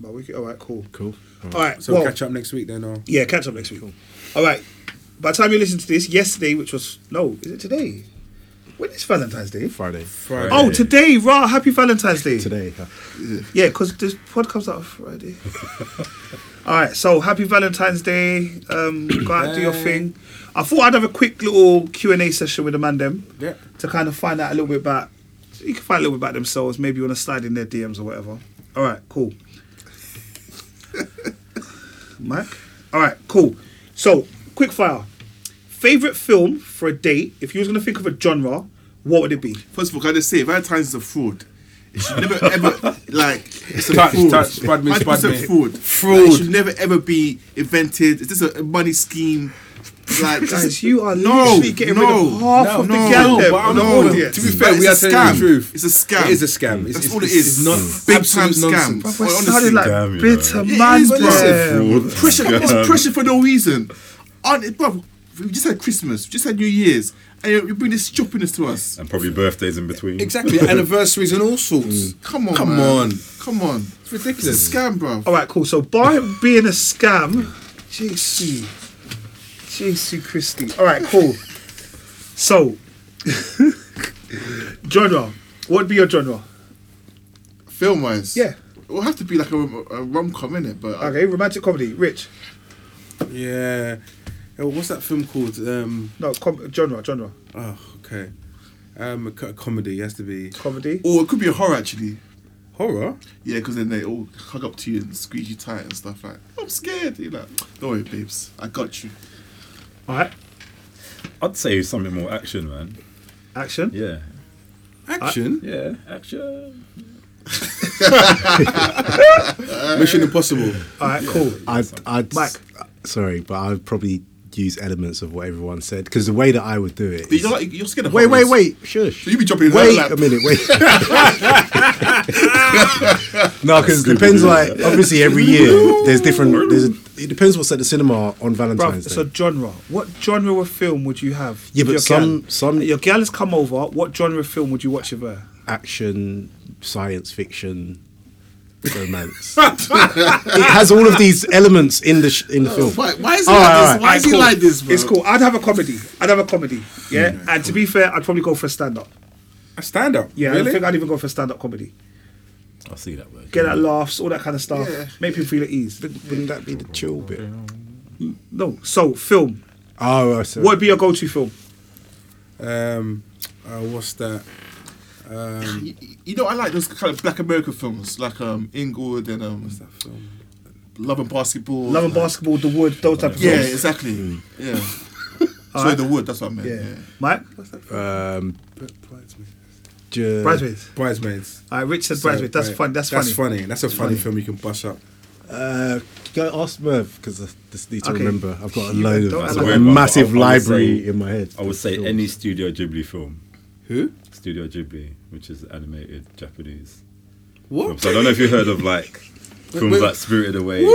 But we could, all right, cool. Cool. All right, So well, catch up next week then. Or Yeah, catch up next week. All right. By the time you listen to this, yesterday, which was no, is it today? When is Valentine's <laughs> Day? Friday. Friday. Oh, today, Ra! Happy Valentine's Day. Today. huh? Yeah, because this pod comes out on Friday. All right, so happy Valentine's Day. Um, go out, do your thing. I thought I'd have a quick little Q and A session with the man them Yeah. to kind of find out a little bit about. You can find a little bit about themselves. Maybe you want to slide in their DMs or whatever. All right, cool. <laughs> Mike. All right, cool. So, quick fire. Favorite film for a date? If you was gonna think of a genre, what would it be? First of all, can I just say, Valentine's is a fraud. It should never ever like it's a Touch, fraud. touch, spud me, spud 100% me. fraud. Fraud. Like, it should never ever be invented. Is this a, a money scheme? Like Guys, you are no, literally getting no, rid of half no, of no, the gal no, them. but I'm No, all- audience. to be fair, But we are it's a telling the scam. truth. It's a scam. It is a scam. It's, That's it's, all it it's, is. It's not Big absolute time nonsense. scam. We're Well, sounding honestly, like damn, you bitter know. Yeah, it man. is there. massive. Fraud. pressure. Scam. It's pressure for no reason. Aren't it, bruv, we just had Christmas. We just had New Year's, and you you bring this stupidness to us. And probably birthdays in between. Exactly. <laughs> Anniversaries and all sorts. Come on, Come man. on. come on. It's ridiculous. It's a scam, bro. All right, cool. So by it being a scam, JC, JC Christie. All right, cool. So <laughs> genre, what would be your genre? Film wise, Yeah. it'll have to be like a, a rom com in it, but Okay, romantic comedy. Rich, Yeah. Oh, what's that film called? Um, no com- genre, genre oh, okay. Um, a co- comedy it has to be comedy. or it could be a horror actually. horror. Yeah, because then they all hug up to you and squeeze you tight and stuff like. I'm scared. You're like, don't worry, babes, I got you. All right, I'd say something more action, man. action. Yeah. Action. Yeah. Action. Mission Impossible. All right, cool. I'd, I'd, Mike. Sorry, but I'd probably use elements of what everyone said because the way that I would do it. But you Is, know, like, you're scared of wait, wait, horrors. wait. Shush. So you be jumping in her Wait lap. a minute. <laughs> Wait. no, because it depends. Like obviously, every year there's different. There's it depends what's at the cinema on Bruv, Valentine's it's Day. a genre. What genre of film would you have? Yeah, with but your some- gal? some- your gal has come over. What genre of film would you watch with her? Action, science fiction, <laughs> romance. it has all of these elements in the sh- in Oh, the film. Why, why is he All like right, all this? right, Why is he cool. like this, bro? It's cool. I'd have a comedy. I'd have a comedy. Yeah, and to be fair, I'd probably go for a stand-up. A stand up. Yeah, I don't Really? think I'd even go for a stand-up comedy. I see that word. Get that laughs, all that kind of stuff. Yeah. Make people feel at ease. Wouldn't that be the chill bit? No, so film. Oh, I see. What would be your go-to film? um, uh, what's that? You, you know, I like those kind of black American films, like um, Inglewood and um, That film. Love and Basketball. Love and Basketball, The Wood, those type of Yeah, films. exactly. Yeah. Sorry, the wood. That's what I meant. Yeah. Yeah. Mike? Um, Bridesmaids. ju- Bridesmaids. Bridesmaids. All right, Richard Bridesmaids. That's right. fun. That's, That's funny. funny. That's a funny film you can bust up. Uh, go ask Merv because I just need to Okay. remember. I've got a You load of don't I've have got to a worry about- I massive would library say- in my head. I would say Films. any Studio Ghibli film. Who? Studio Ghibli, which is animated Japanese. What? So I don't know if you heard of like films wait. like Spirited Away. Oh,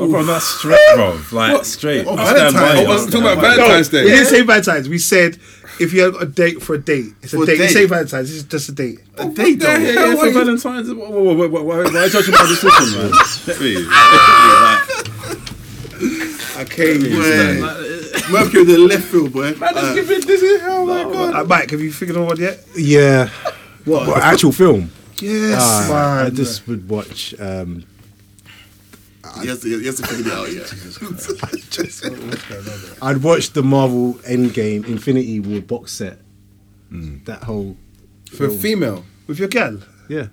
Woo! bro, that's straight, bro. Like straight. Oh, I stand by Valentine. it, Oh, I I'm stand talking by about it. Valentine. Valentine's No, Day. We Yeah. didn't say Valentine's. We said if you have a date for a date, it's a For a date. You date. say Valentine's. It's just a date. The day though. Yeah, yeah, for Valentine's. Why, why, why, why, why, why are you judging my decision, man? Get me. Like, Okay. Boy. Mercury in the left field, boy. Uh, this is how my Uh, Mike, have you figured out one yet? Yeah. What? actual film? Yes, Ah, man. I just would watch. Um, He has to he has to figure it out, yeah. I'd watch the Marvel Endgame Infinity War box set. That whole. For female. with your girl. Yeah.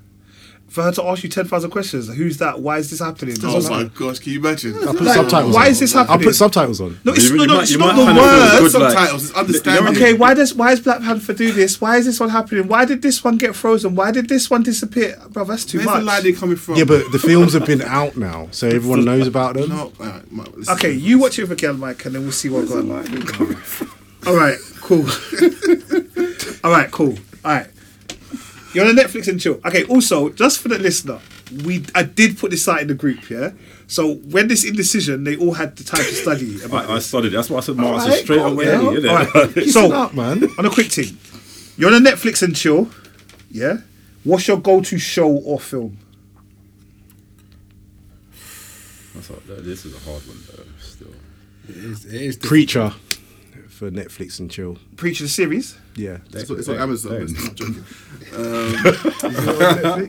For her to ask you ten thousand questions. Who's that? Why is this happening? Oh my gosh, can you imagine? I put Like, subtitles. why on. is this I happening? put subtitles on. no, it's, You- no, you no, might- it's you not might the kind of feel words. good, like- Subtitles, it's understandable. Okay, why does why is Black Panther do this? Why is this one happening? Why did this one get frozen? Why did this one disappear, bro? That's too Where's the lie much. they coming from? Yeah, but the films have been out now, so everyone knows about them. No, alright, Mike, let's- Okay, you watch it with Miguel, Mike, and then we'll see what goes on. All right, cool. <laughs> All right, cool. All right. You're on Netflix and chill. Okay, also, just for the listener, we I did put this out in the group, yeah? So when this indecision, they all had the time to study about I, I studied. That's why I said Mars is Alright, straight calm away. down. innit? <laughs> Alright. Like, So- Shut up, man. on a quick thing. You're on Netflix and chill, yeah? What's your go to show or film? that's a- this is a hard one though. Still, It is, it is different. Preacher for Netflix and chill. Preacher the series? Yeah. It's on- it's on Amazon. but it's not joking.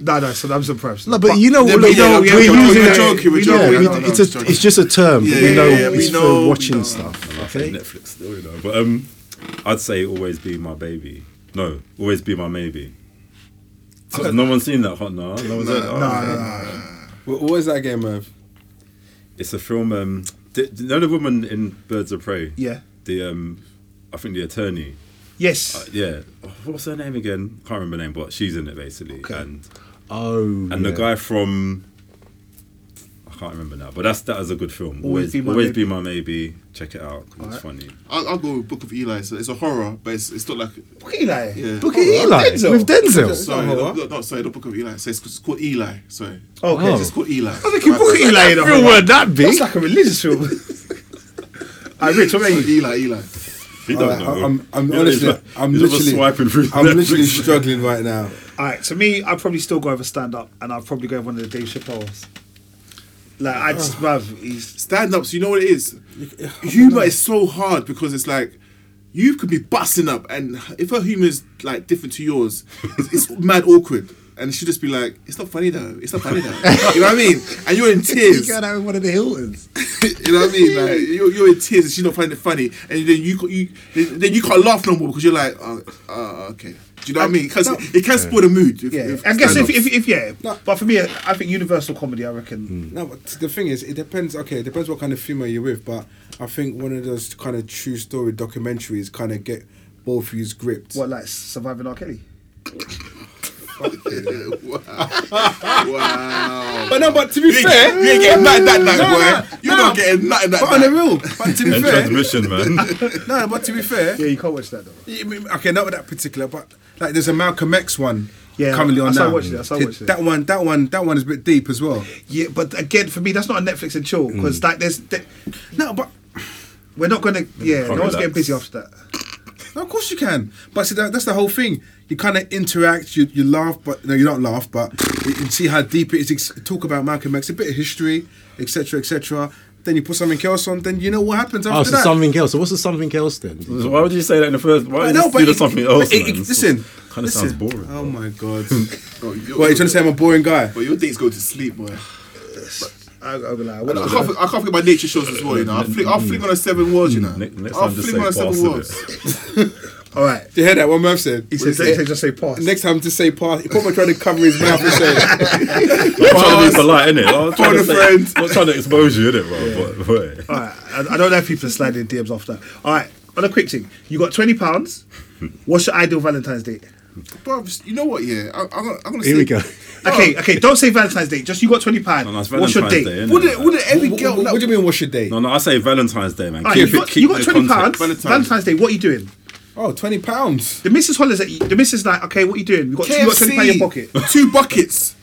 no, no, so I'm surprised. No, but you know, Yeah, look, but yeah, no, yeah, we're yeah, using we're it- joking, we're we know, joking. we- No, no, no, it's, it's a, joking. it's just a term. Yeah, we yeah, know yeah, we it's know, we for watching know. stuff. I think Okay. Netflix still, you know. But um, I'd say always be my baby. No, always be my maybe. So, No one's seen that hot now. No one's heard oh. that. What, what is that game of? It's a film. Um, d d- you know the woman in Birds of Prey. Yeah. The um, I think the attorney. Yes. Uh, yeah. Oh, What's her name again? Can't remember her name, but she's in it basically. And Oh. and yeah. the guy from I can't remember now, but that's that is a good film. Always, always be my, maybe. Check it out 'cause it's funny. I'll, I'll go with Book of Eli. So it's a horror, but it's, it's not like. Book Eli. Yeah. Book of Eli Denzel. with Denzel. Sorry, horror. no, no, sorry, not Book of Eli. So it's, it's called Eli. Sorry. Oh. Okay. It's called Eli. I think you Book of Eli in a Real horror. word that big. That's like a religious <laughs> film. I Rich, what about you? Eli, Eli. If you don't Alright, know, I'm- I'm you're honestly- just- I'm you're just literally- swiping through. I'm Netflix. literally struggling right now. All right, to me, I'd probably still go over stand up and I'd probably go with one of the Dave Chappelle's. Like, I Oh. just, bruv, he's. Stand ups, you know what it is? <sighs> Humor is so hard because it's like. You could be busting up, and if her humor is like different to yours, <laughs> it's, it's mad awkward. And she just be like, "It's not funny though. It's not funny though." you know what I mean? And <laughs> you're in tears. out one of the Hiltons. <laughs> you know what I mean? Like you're, you're in tears and she's not finding it funny, and then you ca- you then then you can't laugh no more because you're like, oh, uh, okay. Do you know what I mean? Because it can spoil the mood. If, Yeah. <laughs> if I guess if, stand-ups- if, if, yeah. No. But for me, I think universal comedy, I reckon. No, but the thing is, it depends. Okay, it depends what kind of female you're with. But I think one of those kind of true story documentaries kind of get both of you gripped. What, like, surviving R. Kelly? But no, but to be you fair, ain't you ain't getting nothing that night, No, boy. no, You're no. not getting nothing that but on the night. real, but to be End fair, transmission, man. no, but to be fair, Yeah, you can't watch that, though. you mean- okay, not with that particular, but like there's a Malcolm X one. Yeah, currently I on started now. watching it, I started Th- watching it. that one, that one, that one is a bit deep as well. Yeah, but again, for me, that's not a Netflix and chill Mm. because, like, there's. There, No, but we're not going to. Yeah, no one's relax. getting busy after that. No, of course you can. But see, that, that's the whole thing. You kind of interact. You, you laugh, but no, you don't laugh. But you can see how deep it is. It's- Talk about Malcolm X, a bit of history, etc., etc. Then you put something else on. Then you know what happens after Oh, so that. something else. So what's the something else then? So why would you say that in the first? Why I would know, you but do it- something but else? it- it- listen, kind of listen. sounds boring. Oh my god! <laughs> Bro, you're, what you trying to say? I'm a boring guy. <laughs> But your dates go to sleep, boy. I, I'm gonna lie. I What, can't, think- I can't think about nature shows as well, you know. I'll fling, I'll fling on a seven words, you know. Ne- next I'll time, just fling say on a pass seven it. words. all right. Did you hear that? What Merv said. He said, What he he said, just say pass. Next time, just say pass. He probably trying to cover his mouth and <laughs> say. I'm trying to be polite, innit? I'm trying to a say, friend. I'm not trying to expose you, innit, bro? But, but, All right, I, I don't know if people are sliding DMs off that. All right, on a quick thing. You got twenty pounds. What's your ideal Valentine's Day? Bro, you know what? Yeah, I, I'm gonna. I'm gonna Here say, we go. Okay, okay. Don't say Valentine's Day. Just you got twenty pounds. Oh. No, no, it's What's your Valentine's Day. date? innit? Would it? Would it every What, girl? what, what do you mean? What's your day? No, no, I say Valentine's Day, man. Ah, Keep you got, it- keep you got the twenty pounds. context. Valentine's. Valentine's Day. What are you doing? Oh, 20 pounds. The missus hollers at you. The missus like, okay, what are you doing? You got, you got twenty pounds in your pocket. <laughs> <laughs> Two buckets.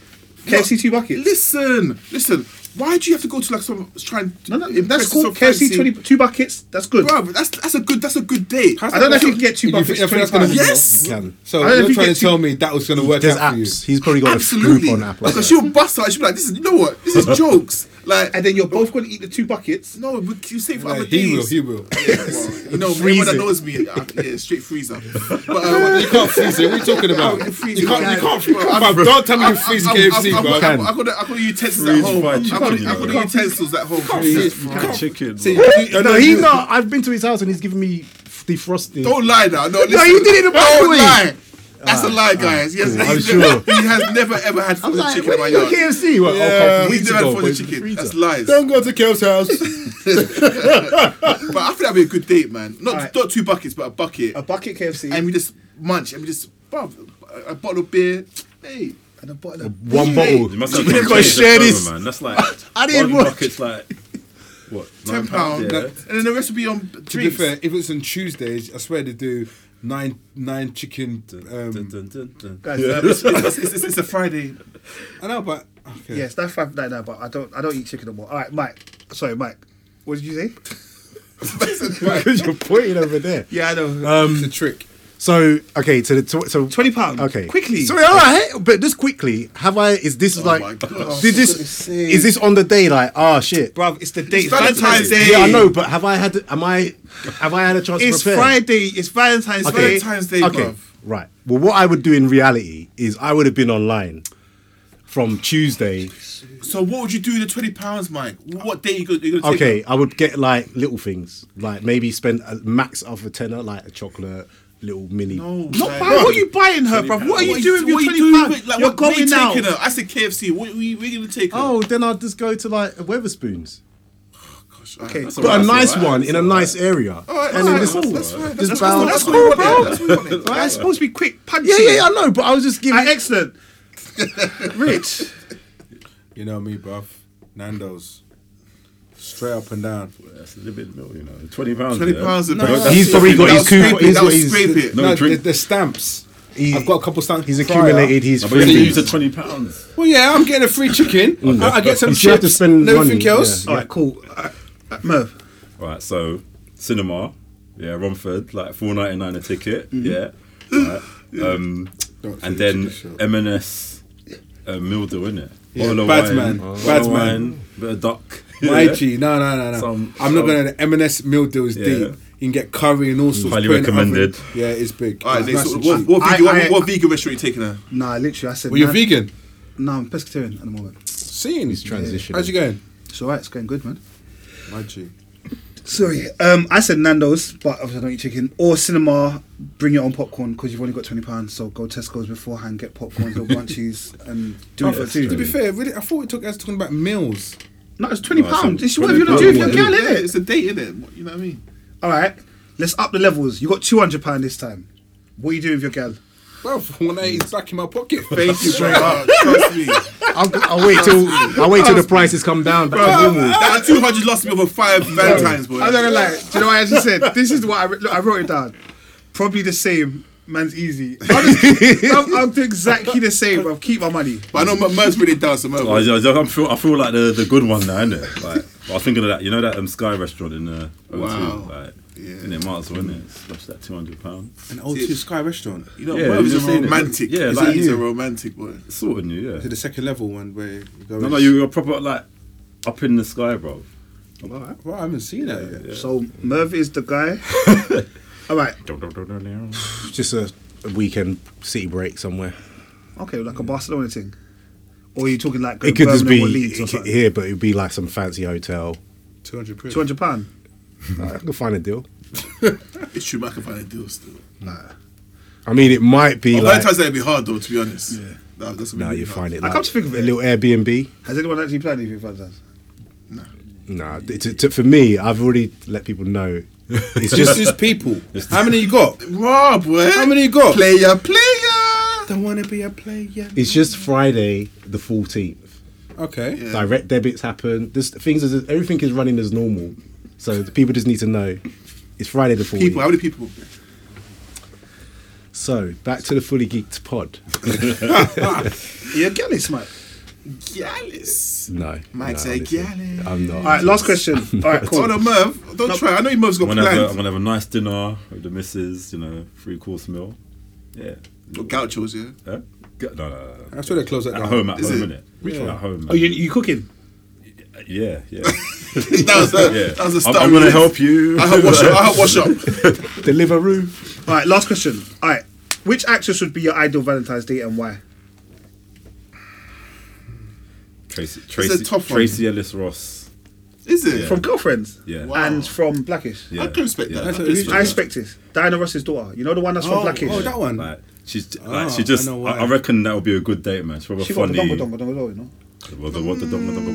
KFC two buckets. Listen, listen. Why do you have to go to like some try and No, no, impress that's cool. some KFC fancy- 20, two buckets. That's good. Bro, that's that's a good that's a good date. I don't know if you can get two You think- buckets. I think that's 20 gonna pounds. Yes. be- Can. I So don't know if you're you trying get to two- tell me that was going to work There's out for you. apps. He's probably got Absolutely. a group on Apple. Because she'll bust out. She'll be like, "This is you know what? This <laughs> is jokes." Like, And then you're both going to eat the two buckets. no, but you say for Like, other he will. days. He will. <laughs> Yeah, well, you know, everyone that knows me, I, yeah, straight <laughs> freezer. But uh, You can't freeze it. What are you talking about? I'm You freezing. can't. You I'm- can't. I'm- fam, Don't tell me you freeze KFC, I've bro. got, I've got, the- I've got the utensils at Freeze home. fried I've got, the- chicken, I've got the you know. utensils at home. Fried chicken. See, bro. you- no, you- he's not. I've been to his house and he's given me defrosting. Don't lie now. No, listen. you did it in a proper Don't way. lie. That's a lie, guys. Yes, cool. Ah, I'm he's never- sure. <laughs> He has never ever I'm had frozen like, chicken in my when you go yard. KFC, well, Oh, Yeah. okay, We've weeks never had ago, but frozen it's in the chicken. freezer. <laughs> That's lies. Don't go to Kel's house. <laughs> But I think that'd be a good date, man. Not Alright. not two buckets, but a bucket. A bucket KFC. and we just munch and we just bruv, a, a bottle of beer. Hey, and a bottle of One bottle. You must have We've some got to change share left this. over, man. That's like I didn't one watch. bucket's like what ten nine pound, Yeah. and then the rest will be on To be drinks. fair, if it's on Tuesdays, I swear they do nine nine chicken. Dun, Um, dun, dun, dun. Guys, Yeah. um, <laughs> it's, it's- it's- it's a Friday. I know, but okay. yes, that's five nine nine. But I don't, I don't eat chicken no more. All right, Mike. Sorry, Mike. What did you say? <laughs> Because you're pointing over there. Yeah, I know. Um, it's a trick. So okay, to the tw- so Twenty pound. Okay, Um, quickly. So all right, but just quickly, have I? Is this my like? God. Did this? Is this on the day? Like, ah, shit. bruv. It's the date. Valentine's Day. Yeah, I know, but have I had? Am I? Have I had a chance It's to prepare? Friday. It's Valentine's Okay. Day. Valentine's Day, okay, bruv. right. Well, what I would do in reality is I would have been online from Tuesday. So what would you do with the twenty pounds, Mike? What day you go? You gonna take Okay, I would get like little things, like maybe spend a max of a tenner, like a chocolate, little mini. No, Not like- buy- what are you buying her, bruv? What are you doing with your what twenty doing pounds? with- Like, You're what, where you going out. taking her? I said KFC. What are we, we gonna take her? Oh, then I'd just go to like a Weatherspoons. Gosh, alright, Okay. that's but a alright, nice that's alright, one in a that's nice area. and then alright, just, that's cool. just alright, just that's cool, bounce. that's That's cool, cool, bro. bro. That's what we wanted. Right, it's supposed to be quick, punchy. Yeah, yeah, I know, but I was just giving. Alright, Ah, excellent. <laughs> Rich. You know me, bruv. Nando's. Straight up and down. That's a little bit of milk, you know. Twenty pounds. Twenty yeah. pounds. No, that's- He's probably got his coupon- he's That'll got his- scrape it. No No, the, drink. the stamps. He- I've got a couple stamps. He's prior. accumulated his. No, but you freebies. use the twenty pounds. Well, yeah, I'm getting a free chicken. I, I get some You still have chips. to spend and everything money, else. yeah. All right, cool. Uh, uh, Merv. All right, so cinema, yeah, Romford, like four ninety nine a ticket, Mm-hmm. yeah. <laughs> Right. Um, and then M&S, uh, Mildo, innit? Yeah, Bottle of bad wine, man, bottle bad of man. wine, bit of duck. <laughs> My yeah. G, no, no, no, no. Some- I'm some- not going to. M&S meal deal is Yeah. deep. You can get curry and all sorts. Highly put it in the recommended. oven. Yeah, it's big. All right, It's next, nice and what, cheap. what, I- vegan, what, I- what vegan restaurant are you taking her? Nah, literally, I said. Well, you're man- vegan. No, I'm pescatarian at the moment. Seeing He's transitioning. How's you going? It's all right. It's going good, man. My G. Sorry, um, I said Nando's, but obviously I don't eat chicken. Or cinema, bring your own popcorn because you've only got twenty pounds. So go Tesco's beforehand, get popcorn, go brunchies, <laughs> and do it for that's two. Oh, To be fair, really, I thought we took us talking about meals. No, it's twenty No, it's pounds. a- It's whatever you want to do if you're a Yeah, girl, innit? It's a date, innit? You know what I mean? All right, let's up the levels. You got two hundred pound this time. What are you doing with your girl? Well, when I eat back in my pocket, Thank you, bro. Ah, Trust me. I'll, <laughs> I'll wait till I'll wait till the prices come down back to normal. That 200 lost me over five Valentine's, boy. I'm not gonna lie. Do you know what I actually said? This is what I, wr- look, I wrote it down. Probably the same. Man's easy. I'll, just, I'll, I'll do exactly the same. I'll keep my money. But I know my man's really down some I, over. I, I, feel, I feel like the, the good one now, innit? Like, I was thinking of that, you know that um, Sky restaurant in uh, O2, Wow. like, Yeah. in it, might as well, innit? Splash that £200. <laughs> an O2 Sky restaurant. You know, Yeah, yeah, you've is a seen it. romantic. Yeah, he's, like a, he's you. a romantic boy. Sort of new, yeah. To the second level one where you go. No, no, you were proper like up in the sky, bro. Bro, I haven't seen that yet. So Merv is the <laughs> guy. All right. Just a, a weekend city break somewhere. Okay, like a Barcelona thing. Or are you talking like It could just Birmingham or be Leeds or it could- something? here, but it'd be like some fancy hotel. Two hundred quid. Two hundred pound. I could find a deal. It's true, man, I can find a deal still. I mean, it might be But like. Valentine's Day would be hard, though, to be honest. Yeah. That, that's gonna No, be you hard. find it. I Like, come to think of a it- little Airbnb. Has anyone actually planned anything for that? <laughs> Nah, t- t- t- for me, I've already let people know. Just It's just his people. How many you got? Rob, what? How many you got? Player, player. Don't wanna be a player. it's just Friday the fourteenth. Okay. Direct debits happen. This things is everything is running as normal. So the people just need to know it's Friday the People, how fourteenth. many people? So back to the fully geeked pod. You're jealous, mate. Gallus. No, Mike no, say honestly, Gallus. I'm not. All right, last question. All right, <laughs> cool. Oh no, Merv, don't try. I know your Merv's got I'm gonna, have a, I'm plans. gonna have a nice dinner with the missus, you know, three course meal. Yeah. Got gauchos, yeah. Huh? G- No, no, no, no. That's where they close that At down. home, at Is home, it? innit? Which one? At home. Oh, you, you cooking? Yeah, yeah. That was a, yeah. that was a I'm, start. I'm gonna help you. I help wash up. I help wash up. Deliver room. All right, last question. All right, which actress would be your ideal Valentine's Day and why? Tracy, Tracy, tough one. Tracy Ellis Ross. <laughs> Is it? From Girlfriends Yeah. Wow. and from Blackish. Yeah. I can respect yeah. that. That's That's a I respect this. Diana Ross's daughter. You know the one that's from Oh, Blackish. oh, that one. Like, she's like, Ah, she just. I I, know I, why. reckon that would be a good date, man. She's probably She got the funny. dongle, dongle, dongle, dongle, you What the- what the- what the- what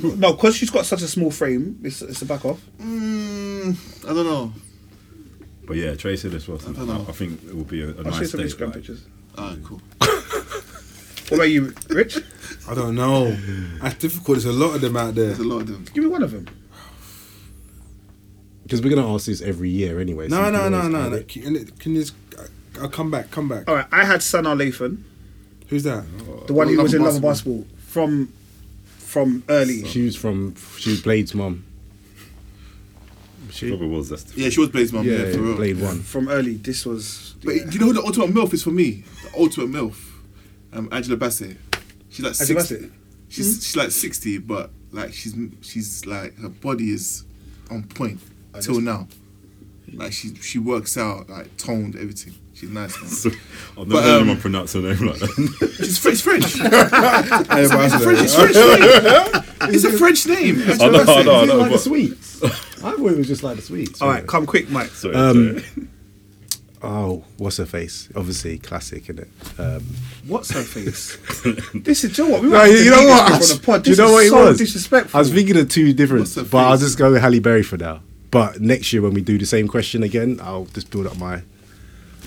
the- know. No, because she's got such a small frame. It's it's the back off. Mm, I don't know. But yeah, Tracy Ellis Ross. I, don't know. I think it would be a, a I'll show you nice some date. Instagram like. pictures. All right, cool. What about you, Rich? <laughs> I don't know. That's difficult. There's a lot of them out there. There's a lot of them. Give me one of them. Because we're gonna ask this every year anyway. so No, you no, can no, always no, add no. it. Can can you just? I- I'll come back. Come back. All right, I had Sana Lathan, Who's that? the one Oh, who Love was in and Love and Basketball, from from early. She was from. She was Blade's mum. She probably was. That's the Yeah, she was Blade's mum. Yeah, for real. Blade One. From early, this was. But do you know who the ultimate milf is for me? The ultimate milf, um, Angela Bassett. She's like Angela sixty. Bassett? She's she's like sixty, but like she's she's like her body is on point till now. Like she she works out like toned everything. She's nice. Man. So, <laughs> I've never But, heard um, anyone pronounce her name like that. <laughs> She's French. French. it's, a French it's French name. It's a French name. I know, I know, I Is it know. like the but- sweets? <laughs> I thought it was just like the sweets. All right, come quick, Mike. Sorry, Um, sorry. Oh, what's her face? Obviously, classic, isn't it? Um, What's her face? this is, do you know what? We No, might have you to know delete this what? I from was- the pod. do you This know is what it so was? disrespectful. I was thinking of two What's different, her but I'll face? just go with Halle Berry for now. But next year when we do the same question again, I'll just build up my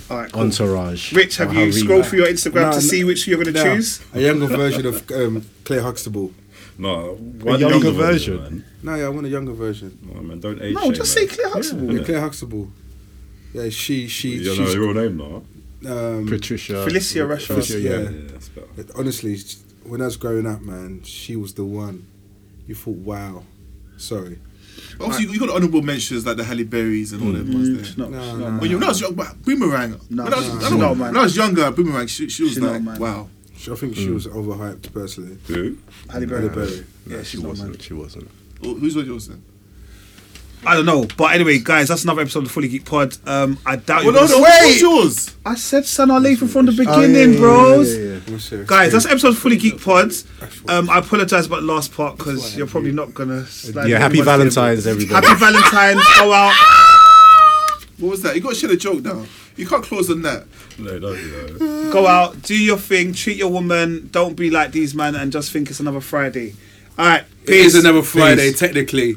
All right, cool. entourage. Rich, have Or you Harry. scrolled through your Instagram No, to no. see which you're going to Now, choose? a younger version of um, Claire Huxtable. no, A why the younger younger version? version. Man? No, yeah, I want a younger version. No, man, don't age. No, shame, just man. say Claire Huxtable. Yeah, Yeah, innit? Claire Huxtable. Yeah, she, she, you don't know she's, your real name, no? um, Patricia. Felicia Rashford. Patricia, yeah. Yeah. Yeah, that's better. But honestly, sh- when I was growing up, man, she was the one. You thought, wow. Sorry. Obviously, you got the honourable mentions like the Halle Berrys and all them No, ones there. No, Mm, she's no, not. When, you, when I was young, but Boomerang. No, when I was, no, I she's don't know, not, man. when I was younger, Boomerang, she, she was She's not, like, man. wow. She- I think she was overhyped personally. Who? Halle Berry. Halle Berry. No, she she's not wasn't. She wasn't. Oh, Who's was yours then? I don't know. But anyway, guys, that's another episode of the Fully Geek Pod. Um, I doubt Well, you're Oh, no, gonna- no, who's yours? I said Sana Lathan from the Oh, yeah, beginning, yeah, bros. yeah, yeah, yeah. Serious. Guys, that's episode of Fully Geek Pods. Um, I apologise about the last part because you're probably not gonna. slide Yeah, happy everyone's name. Valentine's, everybody. Happy Valentine's. Go out. What was that? You got to share the joke now. You can't close on that. No, don't you know. Go out. Do your thing. Treat your woman. Don't be like these men and just think it's another Friday. All right. It is peace. another Friday, technically.